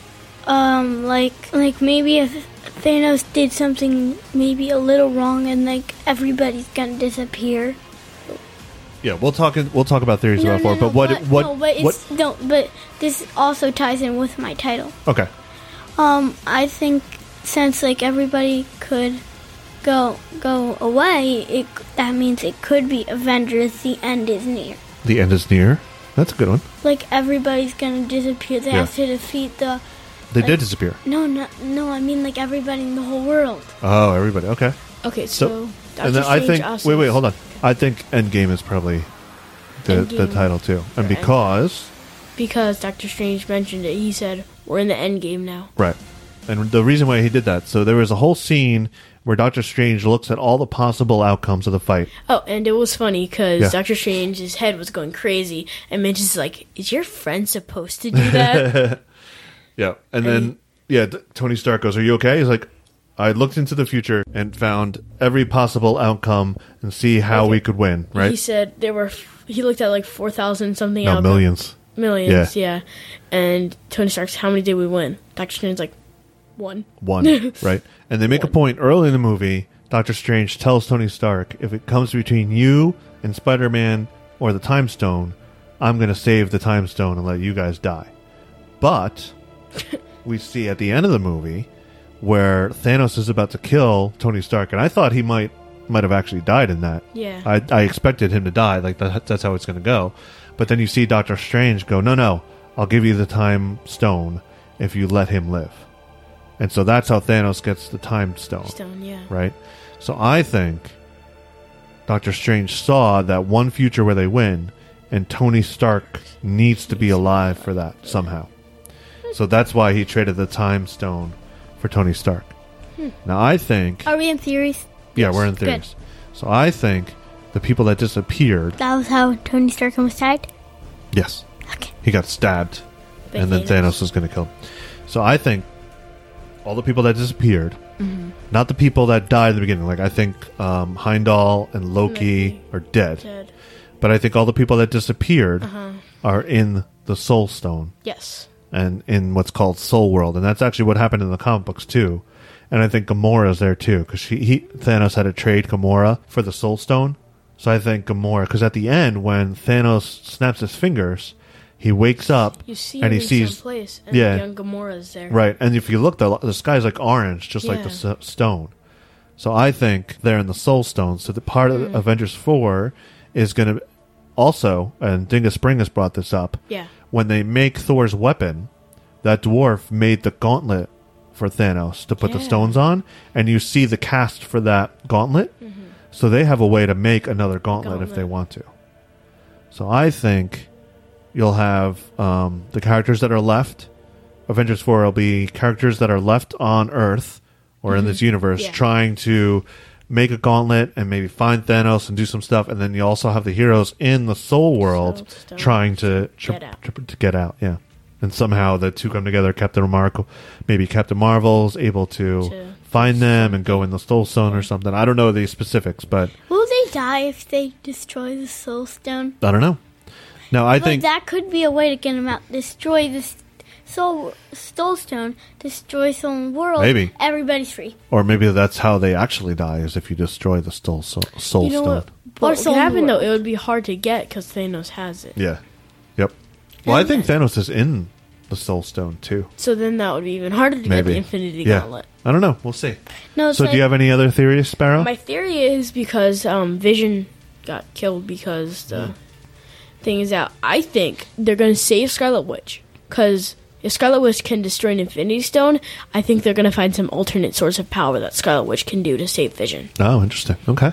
[SPEAKER 2] um, like like maybe if Thanos did something maybe a little wrong and like everybody's gonna disappear.
[SPEAKER 3] Yeah, we'll talk we'll talk about theories about 4, but what what
[SPEAKER 2] no, but
[SPEAKER 3] what
[SPEAKER 2] it's, no, but this also ties in with my title.
[SPEAKER 3] Okay.
[SPEAKER 2] Um, I think since like everybody could go go away, it that means it could be Avengers. The end is near.
[SPEAKER 3] The end is near. That's a good one.
[SPEAKER 2] Like everybody's gonna disappear. They
[SPEAKER 3] Yeah.
[SPEAKER 2] have to defeat the
[SPEAKER 3] They did disappear.
[SPEAKER 2] no, no, no. I mean like everybody in the whole world.
[SPEAKER 3] Oh, everybody. Okay.
[SPEAKER 1] Okay, so,
[SPEAKER 3] So,
[SPEAKER 1] Doctor
[SPEAKER 3] and then I
[SPEAKER 1] Strange
[SPEAKER 3] think
[SPEAKER 1] also
[SPEAKER 3] wait wait hold on. I think Endgame is probably the, the
[SPEAKER 1] Endgame.
[SPEAKER 3] title too, and
[SPEAKER 1] Right.
[SPEAKER 3] because
[SPEAKER 1] because Doctor Strange mentioned it, he said we're in the end game now.
[SPEAKER 3] right, and the reason why he did that. So there was a whole scene where Doctor Strange looks at all the possible outcomes of the fight.
[SPEAKER 1] Oh, and it was funny because
[SPEAKER 3] Yeah.
[SPEAKER 1] Doctor Strange's head was going crazy, and Mitch is like, "Is your friend supposed to do
[SPEAKER 3] <laughs>
[SPEAKER 1] that?"
[SPEAKER 3] Yeah, and then yeah, th- Tony Stark goes, "Are you okay?" He's like. I looked into the future and found every possible outcome and see how we could win, right?
[SPEAKER 1] He said there were. He looked at like four thousand something.
[SPEAKER 3] no,
[SPEAKER 1] outcomes.
[SPEAKER 3] millions.
[SPEAKER 1] Millions, yeah. And Tony Stark's, how many did we win? Doctor Strange's like, one.
[SPEAKER 3] one, right? And they make a point early in the movie. Doctor Strange tells Tony Stark, "If it comes between you and Spider-Man or the Time Stone, I'm going to save the Time Stone and let you guys die." But we see at the end of the movie where Thanos is about to kill Tony Stark, and I thought he might might have actually died in that.
[SPEAKER 1] Yeah.
[SPEAKER 3] I, I expected him to die. Like that, that's how it's going to go. But then you see Doctor Strange go, "No, no, I'll give you the Time Stone if you let him live." And so that's how Thanos gets the Time Stone,
[SPEAKER 1] Stone, yeah.
[SPEAKER 3] right? So I think Doctor Strange saw that one future where they win, and Tony Stark needs to be alive for that somehow. So that's why he traded the Time Stone for Tony Stark. Now I think,
[SPEAKER 2] Are we in theories?
[SPEAKER 3] yeah, we're in
[SPEAKER 2] Oh, Good.
[SPEAKER 3] theories. So I think the people that disappeared,
[SPEAKER 2] That was how Tony Stark almost died.
[SPEAKER 3] yes,
[SPEAKER 2] Okay.
[SPEAKER 3] he got stabbed
[SPEAKER 1] But
[SPEAKER 3] and then Thanos is going to kill him. So I think all the people that disappeared, not the people that died in the beginning. Like I think um, Heimdall and Loki,
[SPEAKER 1] Loki.
[SPEAKER 3] are dead,
[SPEAKER 1] Dead.
[SPEAKER 3] but I think all the people that disappeared are in the Soul Stone
[SPEAKER 1] Yes.
[SPEAKER 3] and in what's called Soul World, and that's actually what happened in the comic books too. And I think Gamora's there too because she he, Thanos had to trade Gamora for the Soul Stone. So I think Gamora because at the end when Thanos snaps his fingers, he wakes up
[SPEAKER 1] You see
[SPEAKER 3] and
[SPEAKER 1] him
[SPEAKER 3] he
[SPEAKER 1] in
[SPEAKER 3] sees
[SPEAKER 1] someplace, and
[SPEAKER 3] yeah.
[SPEAKER 1] young Gamora's there.
[SPEAKER 3] Right, and if you look, the, the sky's like orange, just like the
[SPEAKER 1] Yeah.
[SPEAKER 3] s- stone. So I think they're in the Soul Stone. So the part of
[SPEAKER 1] Mm.
[SPEAKER 3] Avengers Four is going to also, and Dingus Bringus brought this up.
[SPEAKER 1] Yeah.
[SPEAKER 3] When they make Thor's weapon, that dwarf made the gauntlet for Thanos to put the
[SPEAKER 1] Yeah.
[SPEAKER 3] stones on, and you see the cast for that gauntlet. So they have a way to make another gauntlet,
[SPEAKER 1] Mm-hmm.
[SPEAKER 3] if
[SPEAKER 1] Gauntlet.
[SPEAKER 3] they want to. So I think you'll have um, the characters that are left. Avengers 4 will be characters that are left on Earth or in this universe
[SPEAKER 1] Mm-hmm. Yeah.
[SPEAKER 3] trying to make a gauntlet and maybe find Thanos and do some stuff. And then you also have the heroes in the soul world
[SPEAKER 1] Stone.
[SPEAKER 3] trying to, tr-
[SPEAKER 1] Get out.
[SPEAKER 3] tr- to get out. Yeah. And somehow the two come together. Captain Marvel, maybe Captain Marvel's able to,
[SPEAKER 1] To-
[SPEAKER 3] find them and go in the Soul Stone or something. I don't know the specifics, but
[SPEAKER 2] Will they die if they destroy the Soul Stone?
[SPEAKER 3] I don't know. Now I
[SPEAKER 2] but
[SPEAKER 3] think
[SPEAKER 2] that could be a way to get them out. Destroy the s- Soul Soul Stone. Destroy Soul World.
[SPEAKER 3] Maybe.
[SPEAKER 2] everybody's free.
[SPEAKER 3] Or maybe that's how they actually die is if you destroy the soul soul, soul
[SPEAKER 1] You know
[SPEAKER 3] stone.
[SPEAKER 1] what? But what
[SPEAKER 2] Soul
[SPEAKER 1] happened though?
[SPEAKER 2] World.
[SPEAKER 1] It would be hard to get because Thanos has it.
[SPEAKER 3] Yeah. Yep. Well, I think Thanos is in the Soul Stone too.
[SPEAKER 1] So then that would be even harder to get
[SPEAKER 3] Maybe.
[SPEAKER 1] the Infinity
[SPEAKER 3] yeah.
[SPEAKER 1] Gauntlet.
[SPEAKER 3] I don't know. We'll see.
[SPEAKER 2] No, it's
[SPEAKER 3] So,
[SPEAKER 2] like,
[SPEAKER 3] do you have any other theories, Sparrow?
[SPEAKER 1] My theory is because um, Vision got killed because
[SPEAKER 3] Mm.
[SPEAKER 1] the thing is out. I think they're going to save Scarlet Witch because if Scarlet Witch can destroy an Infinity Stone, I think they're going to find some alternate source of power that Scarlet Witch can do to save Vision.
[SPEAKER 3] oh, interesting. Okay.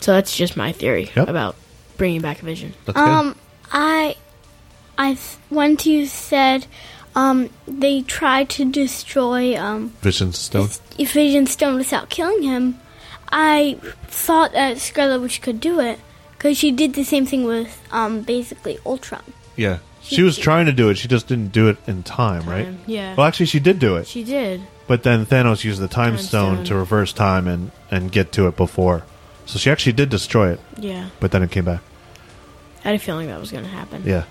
[SPEAKER 1] So that's just my theory
[SPEAKER 3] Yep.
[SPEAKER 1] about bringing back Vision.
[SPEAKER 3] That's
[SPEAKER 2] um, I, I th- when you said, um, they tried to destroy um
[SPEAKER 3] good. Vision Stone.
[SPEAKER 2] if Vision Stone without killing him, I thought that Scarlet Witch could do it because she did the same thing with um basically Ultron.
[SPEAKER 3] Yeah. She was trying to do it. She just didn't do it in time, right?
[SPEAKER 1] Time, yeah.
[SPEAKER 3] Well, actually, she did do it.
[SPEAKER 1] She did.
[SPEAKER 3] But then Thanos used the time,
[SPEAKER 1] Time
[SPEAKER 3] stone,
[SPEAKER 1] stone.
[SPEAKER 3] to reverse time and, and get to it before. So she actually did destroy it,
[SPEAKER 1] Yeah.
[SPEAKER 3] but then it came back.
[SPEAKER 1] I had a feeling that was going to happen.
[SPEAKER 3] Yeah.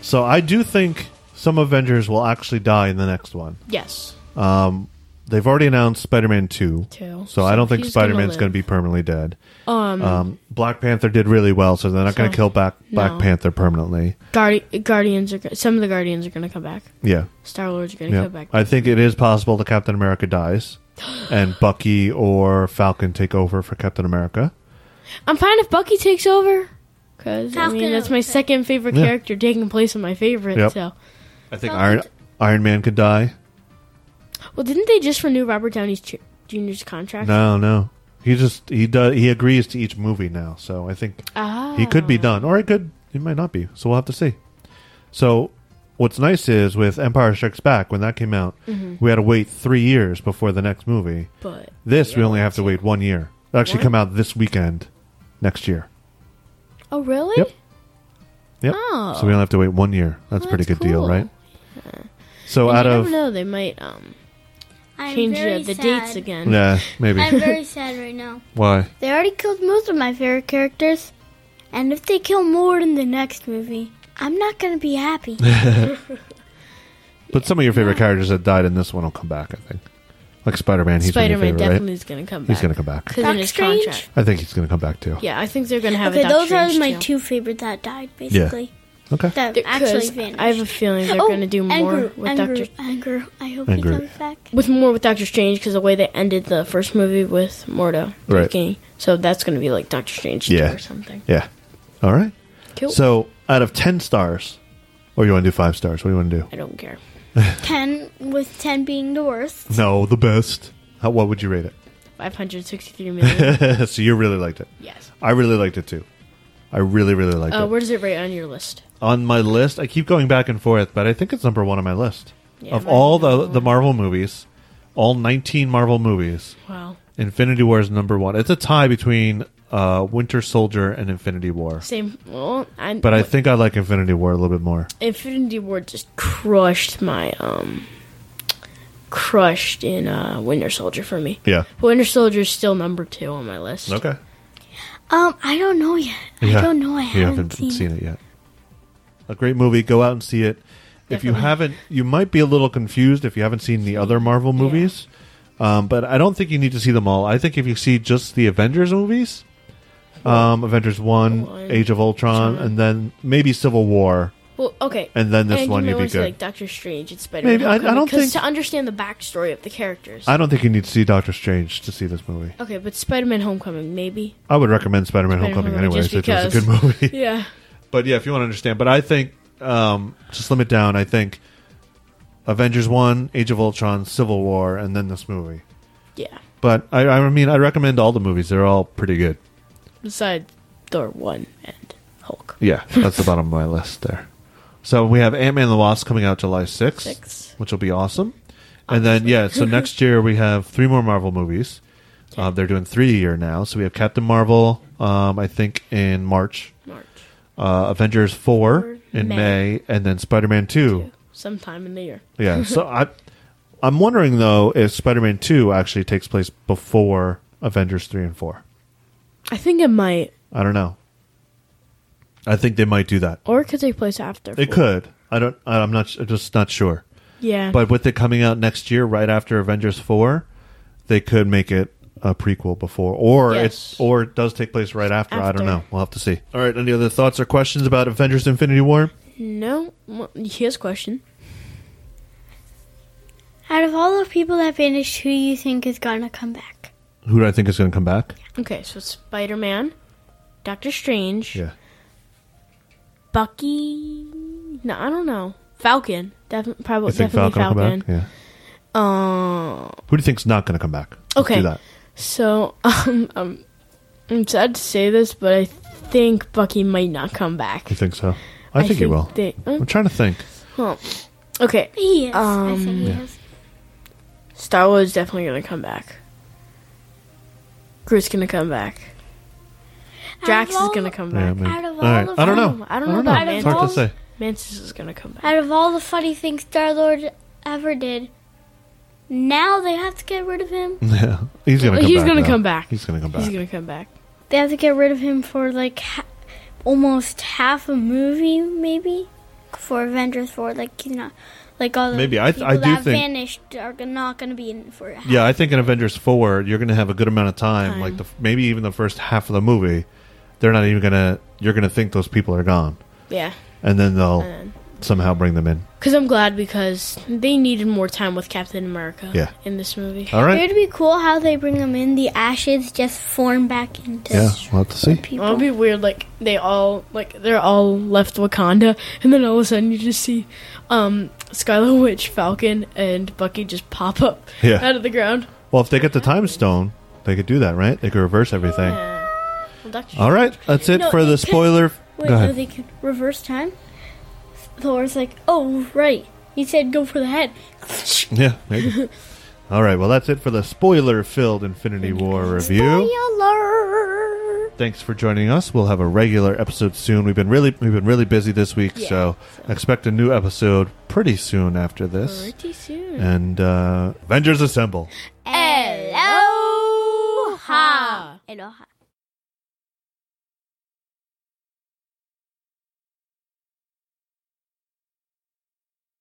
[SPEAKER 3] So I do think some Avengers will actually die in the next one.
[SPEAKER 1] Yes.
[SPEAKER 3] They've already announced Spider Man 2.
[SPEAKER 1] Two.
[SPEAKER 3] So I don't think
[SPEAKER 1] He's gonna
[SPEAKER 3] Spider Man's
[SPEAKER 1] live.
[SPEAKER 3] going to be permanently dead. Um, Black Panther did really well, so they're not going
[SPEAKER 1] So-
[SPEAKER 3] to kill back, Black
[SPEAKER 1] No.
[SPEAKER 3] Panther permanently.
[SPEAKER 1] Guardi- Guardians are go- some of the Guardians are going to come back.
[SPEAKER 3] Yeah.
[SPEAKER 1] Star Lord's going to
[SPEAKER 3] Yeah.
[SPEAKER 1] come back.
[SPEAKER 3] I think it is possible that Captain America dies and Bucky or Falcon take over for Captain America.
[SPEAKER 1] I'm fine if Bucky takes over. Because, I
[SPEAKER 2] Falcon
[SPEAKER 1] mean, that's my
[SPEAKER 2] over.
[SPEAKER 1] second favorite
[SPEAKER 3] Yeah.
[SPEAKER 1] character taking place in my favorite.
[SPEAKER 3] Yep.
[SPEAKER 1] So,
[SPEAKER 3] I think
[SPEAKER 2] Falcon-
[SPEAKER 3] Iron Iron Man could die.
[SPEAKER 1] Well, didn't they just renew Robert Downey Jr. Jr.'s contract?
[SPEAKER 3] No, no. He just he does he agrees to each movie now, so I think
[SPEAKER 1] Ah.
[SPEAKER 3] he could be done, or he could he might not be. So we'll have to see. So what's nice is with Empire Strikes Back when that came out,
[SPEAKER 1] Mm-hmm.
[SPEAKER 3] we had to wait three years before the next movie.
[SPEAKER 1] But
[SPEAKER 3] This we only have to wait one year. It'll actually
[SPEAKER 1] What?
[SPEAKER 3] come out this weekend next year.
[SPEAKER 1] Oh, really?
[SPEAKER 3] Yep. Yep.
[SPEAKER 1] Oh.
[SPEAKER 3] So we only have to wait one year. That's a
[SPEAKER 1] Well,
[SPEAKER 3] pretty
[SPEAKER 1] that's
[SPEAKER 3] good deal,
[SPEAKER 1] cool.
[SPEAKER 3] right? So
[SPEAKER 1] And
[SPEAKER 3] out
[SPEAKER 1] you
[SPEAKER 3] of
[SPEAKER 1] never know. They might um,
[SPEAKER 2] I'm
[SPEAKER 1] change
[SPEAKER 2] very
[SPEAKER 1] the, the
[SPEAKER 2] sad.
[SPEAKER 1] dates again.
[SPEAKER 3] yeah, maybe
[SPEAKER 2] I'm
[SPEAKER 1] <laughs>
[SPEAKER 2] very sad right now.
[SPEAKER 3] <laughs> why?
[SPEAKER 2] They already killed most of my favorite characters, and if they kill more in the next movie, I'm not gonna be happy.
[SPEAKER 3] But some of your favorite characters that died in this one will come back. I think, like Spider Man. He's
[SPEAKER 1] Spider
[SPEAKER 3] Spider-Man
[SPEAKER 1] Man
[SPEAKER 3] your favorite,
[SPEAKER 1] definitely
[SPEAKER 3] right?
[SPEAKER 1] is going to come back.
[SPEAKER 3] He's going to come back.
[SPEAKER 1] Because in
[SPEAKER 2] Doctor
[SPEAKER 1] his
[SPEAKER 2] Strange?
[SPEAKER 1] contract.
[SPEAKER 3] I think he's going to come back too.
[SPEAKER 1] Yeah, I think they're going to have a
[SPEAKER 2] okay,
[SPEAKER 1] Doctor
[SPEAKER 2] those are
[SPEAKER 1] Strange
[SPEAKER 2] my
[SPEAKER 1] too.
[SPEAKER 2] two favorite that died, basically.
[SPEAKER 3] Okay.
[SPEAKER 2] That
[SPEAKER 1] Th- 'cause
[SPEAKER 2] actually Oh, vanished.
[SPEAKER 1] I have a feeling they're going to do
[SPEAKER 2] and
[SPEAKER 1] more
[SPEAKER 2] Groot,
[SPEAKER 1] with
[SPEAKER 2] and
[SPEAKER 1] Doctor
[SPEAKER 2] Groot, and Groot. I hope
[SPEAKER 3] And
[SPEAKER 2] he
[SPEAKER 3] Groot.
[SPEAKER 2] comes back.
[SPEAKER 1] with more with Doctor Strange because the way they ended the first movie with Mordo, the
[SPEAKER 3] Right.
[SPEAKER 1] King. So that's going to be like Doctor Strange two
[SPEAKER 3] Yeah.
[SPEAKER 1] or something.
[SPEAKER 3] Yeah. All right.
[SPEAKER 1] Cool.
[SPEAKER 3] So out of ten stars, or you want to do five stars? What do you want to
[SPEAKER 1] I don't care.
[SPEAKER 2] Ten, with ten being the worst.
[SPEAKER 3] do? No, the best. How, what would you rate
[SPEAKER 1] Five hundred sixty-three
[SPEAKER 3] <laughs>
[SPEAKER 1] million.
[SPEAKER 3] it? so you really liked it.
[SPEAKER 1] yes.
[SPEAKER 3] I really liked it too. I really, really liked
[SPEAKER 1] Uh,
[SPEAKER 3] it.
[SPEAKER 1] where does it rate on your list?
[SPEAKER 3] on my list. I keep going back and forth, but I think it's number one on my list
[SPEAKER 1] Yeah,
[SPEAKER 3] of
[SPEAKER 1] mine's
[SPEAKER 3] all the
[SPEAKER 1] number
[SPEAKER 3] the
[SPEAKER 1] one.
[SPEAKER 3] Marvel movies, all nineteen Marvel movies.
[SPEAKER 1] Wow.
[SPEAKER 3] Infinity War is number one. It's a tie between uh, Winter Soldier and Infinity War,
[SPEAKER 1] Same. Well, I.
[SPEAKER 3] but I think I like Infinity War a little bit more.
[SPEAKER 1] Infinity War just crushed my um. Crushed in uh, Winter Soldier for me.
[SPEAKER 3] Yeah.
[SPEAKER 1] Winter Soldier is still number two on my list.
[SPEAKER 3] Okay.
[SPEAKER 2] Um, I don't know yet.
[SPEAKER 3] Yeah.
[SPEAKER 2] I don't know. I
[SPEAKER 3] You
[SPEAKER 2] haven't,
[SPEAKER 3] haven't
[SPEAKER 2] seen, it.
[SPEAKER 3] seen it yet. A great movie. Go out and see it. If you
[SPEAKER 1] Definitely.
[SPEAKER 3] haven't, you might be a little confused if you haven't seen the other Marvel movies. Um, but I don't think you need to see them all. I think if you see just the Avengers movies, um, Avengers 1,
[SPEAKER 1] One,
[SPEAKER 3] Age of Ultron,
[SPEAKER 1] Ultron.
[SPEAKER 3] and then maybe Civil War,
[SPEAKER 1] Well, okay.
[SPEAKER 3] and then this
[SPEAKER 1] and
[SPEAKER 3] one
[SPEAKER 1] you
[SPEAKER 3] you'd
[SPEAKER 1] may
[SPEAKER 3] be
[SPEAKER 1] want to
[SPEAKER 3] good.
[SPEAKER 1] like Doctor Strange and Spider-Man.
[SPEAKER 3] Maybe- I- I
[SPEAKER 1] Homecoming,
[SPEAKER 3] don't
[SPEAKER 1] 'cause
[SPEAKER 3] think-
[SPEAKER 1] to understand the backstory of the characters.
[SPEAKER 3] I don't think you need to see Doctor Strange to see this movie.
[SPEAKER 1] Okay, but Spider-Man: Homecoming, maybe.
[SPEAKER 3] I would recommend Spider Man Homecoming,
[SPEAKER 1] Spider-Man
[SPEAKER 3] anyways.
[SPEAKER 1] just
[SPEAKER 3] It was a good
[SPEAKER 1] because- <laughs>
[SPEAKER 3] movie. <laughs>
[SPEAKER 1] Yeah.
[SPEAKER 3] But yeah, if you want to understand, but I think um, to slim it down, I think Avengers One, Age of Ultron, Civil War, and then this movie.
[SPEAKER 1] Yeah.
[SPEAKER 3] But I, I mean, I recommend all the movies. They're all pretty good.
[SPEAKER 1] Besides Thor one and Hulk
[SPEAKER 3] Yeah, <laughs> that's the bottom of my list there. So we have Ant Man and the Wasp coming out July sixth,
[SPEAKER 1] six.
[SPEAKER 3] which will be awesome. And then yeah, <laughs> so next year we have three more Marvel movies. Uh, they're doing three a year now. So we have Captain Marvel, um, I think in March,
[SPEAKER 1] March.
[SPEAKER 3] uh, Avengers four in May.
[SPEAKER 1] May.
[SPEAKER 3] and then Spider Man two.
[SPEAKER 1] Sometime in the year. <laughs>
[SPEAKER 3] Yeah. So I, I'm wondering though if Spider-Man Two actually takes place before Avengers Three and Four.
[SPEAKER 1] I think it might,
[SPEAKER 3] I don't know. I think they might do that.
[SPEAKER 1] or it could take place after.
[SPEAKER 3] It could. I don't. I'm not. I'm just not sure.
[SPEAKER 1] Yeah.
[SPEAKER 3] But with it coming out next year, right after Avengers Four, they could make it a prequel before, or
[SPEAKER 1] Yes.
[SPEAKER 3] it's or it does take place right after. I don't
[SPEAKER 1] After.
[SPEAKER 3] know. We'll have to see. All right. Any other thoughts or questions about Avengers Infinity War?
[SPEAKER 1] No. Well, here's a question.
[SPEAKER 2] Out of all the people that vanished, who you think is gonna come back?
[SPEAKER 3] Who do I think is going to come back?
[SPEAKER 1] Okay, so it's Spider Man, Doctor Strange,
[SPEAKER 3] Yeah.
[SPEAKER 1] Bucky. No, I don't know. Falcon. Definitely, probably,
[SPEAKER 3] You think
[SPEAKER 1] definitely
[SPEAKER 3] Falcon will come
[SPEAKER 1] Falcon.
[SPEAKER 3] back? Yeah.
[SPEAKER 1] Uh,
[SPEAKER 3] Who do you think's not going to come back? Let's
[SPEAKER 1] Okay.
[SPEAKER 3] do that.
[SPEAKER 1] so <laughs> um, um, I'm sad to say this, but I think Bucky might not come back.
[SPEAKER 3] You think so? I, think, he will.
[SPEAKER 1] they-
[SPEAKER 3] I'm trying to think.
[SPEAKER 1] huh. Okay,
[SPEAKER 2] He is. I
[SPEAKER 1] Um,
[SPEAKER 2] think he
[SPEAKER 3] Yeah.
[SPEAKER 2] is.
[SPEAKER 1] Star Wars is definitely gonna come back. Groot's gonna come back. Drax is
[SPEAKER 2] all-
[SPEAKER 1] gonna come
[SPEAKER 3] Yeah,
[SPEAKER 1] back.
[SPEAKER 3] maybe.
[SPEAKER 2] Out of
[SPEAKER 3] All right.
[SPEAKER 2] all of
[SPEAKER 3] I don't
[SPEAKER 1] them,
[SPEAKER 3] know.
[SPEAKER 1] I don't know about
[SPEAKER 3] It's hard to
[SPEAKER 2] Mantis.
[SPEAKER 3] say.
[SPEAKER 1] Mantis is gonna come back.
[SPEAKER 2] Out of all the funny things Star Lord ever did, now they have to get rid of him.
[SPEAKER 3] <laughs> Yeah. He's going to come
[SPEAKER 1] He's
[SPEAKER 3] back.
[SPEAKER 1] gonna
[SPEAKER 3] though.
[SPEAKER 1] come back.
[SPEAKER 3] He's going to come back.
[SPEAKER 1] He's gonna come back.
[SPEAKER 2] They have to get rid of him for like ha- almost half a movie, maybe for Avengers Four. Like you know, like all the
[SPEAKER 3] Maybe. I-
[SPEAKER 2] people
[SPEAKER 3] I do
[SPEAKER 2] that
[SPEAKER 3] think-
[SPEAKER 2] vanished are g- not going to be in for. half.
[SPEAKER 3] Yeah, I think in Avengers four, you're going to have a good amount of time,
[SPEAKER 1] Time.
[SPEAKER 3] like the, maybe even the first half of the movie. They're not even going to. You're going to think those people are gone,
[SPEAKER 1] Yeah.
[SPEAKER 3] and then they'll
[SPEAKER 1] And then-
[SPEAKER 3] somehow bring them in.
[SPEAKER 1] Because I'm glad because they needed more time with Captain America
[SPEAKER 3] Yeah.
[SPEAKER 1] in this movie.
[SPEAKER 3] All
[SPEAKER 2] It
[SPEAKER 3] right.
[SPEAKER 2] would be cool how they bring them in. The ashes just form back into
[SPEAKER 3] Yeah, we'll have to see.
[SPEAKER 2] people.
[SPEAKER 1] Well, it'd be weird, like they all like they're all left Wakanda, and then all of a sudden you just see um Scarlet Witch, Falcon, and Bucky just pop up
[SPEAKER 3] Yeah.
[SPEAKER 1] out of the ground.
[SPEAKER 3] Well, if they get the time stone, they could do that, right? They could reverse everything.
[SPEAKER 1] Yeah. Well, Doctor
[SPEAKER 3] All right, that's it
[SPEAKER 2] No,
[SPEAKER 3] for the
[SPEAKER 2] it could-
[SPEAKER 3] spoiler.
[SPEAKER 2] Wait,
[SPEAKER 3] Go
[SPEAKER 2] no,
[SPEAKER 3] ahead.
[SPEAKER 2] they could reverse time. Thor's like, oh right, he said go for the head.
[SPEAKER 3] Yeah, maybe. <laughs> All right, well, that's it for the spoiler-filled Infinity War review.
[SPEAKER 2] Spoiler.
[SPEAKER 3] Thanks for joining us. We'll have a regular episode soon. We've been really we've been really busy this week,
[SPEAKER 1] Yeah,
[SPEAKER 3] so, expect a new episode pretty soon after this.
[SPEAKER 1] Pretty soon.
[SPEAKER 3] And uh, Avengers Assemble.
[SPEAKER 2] Aloha. Aloha.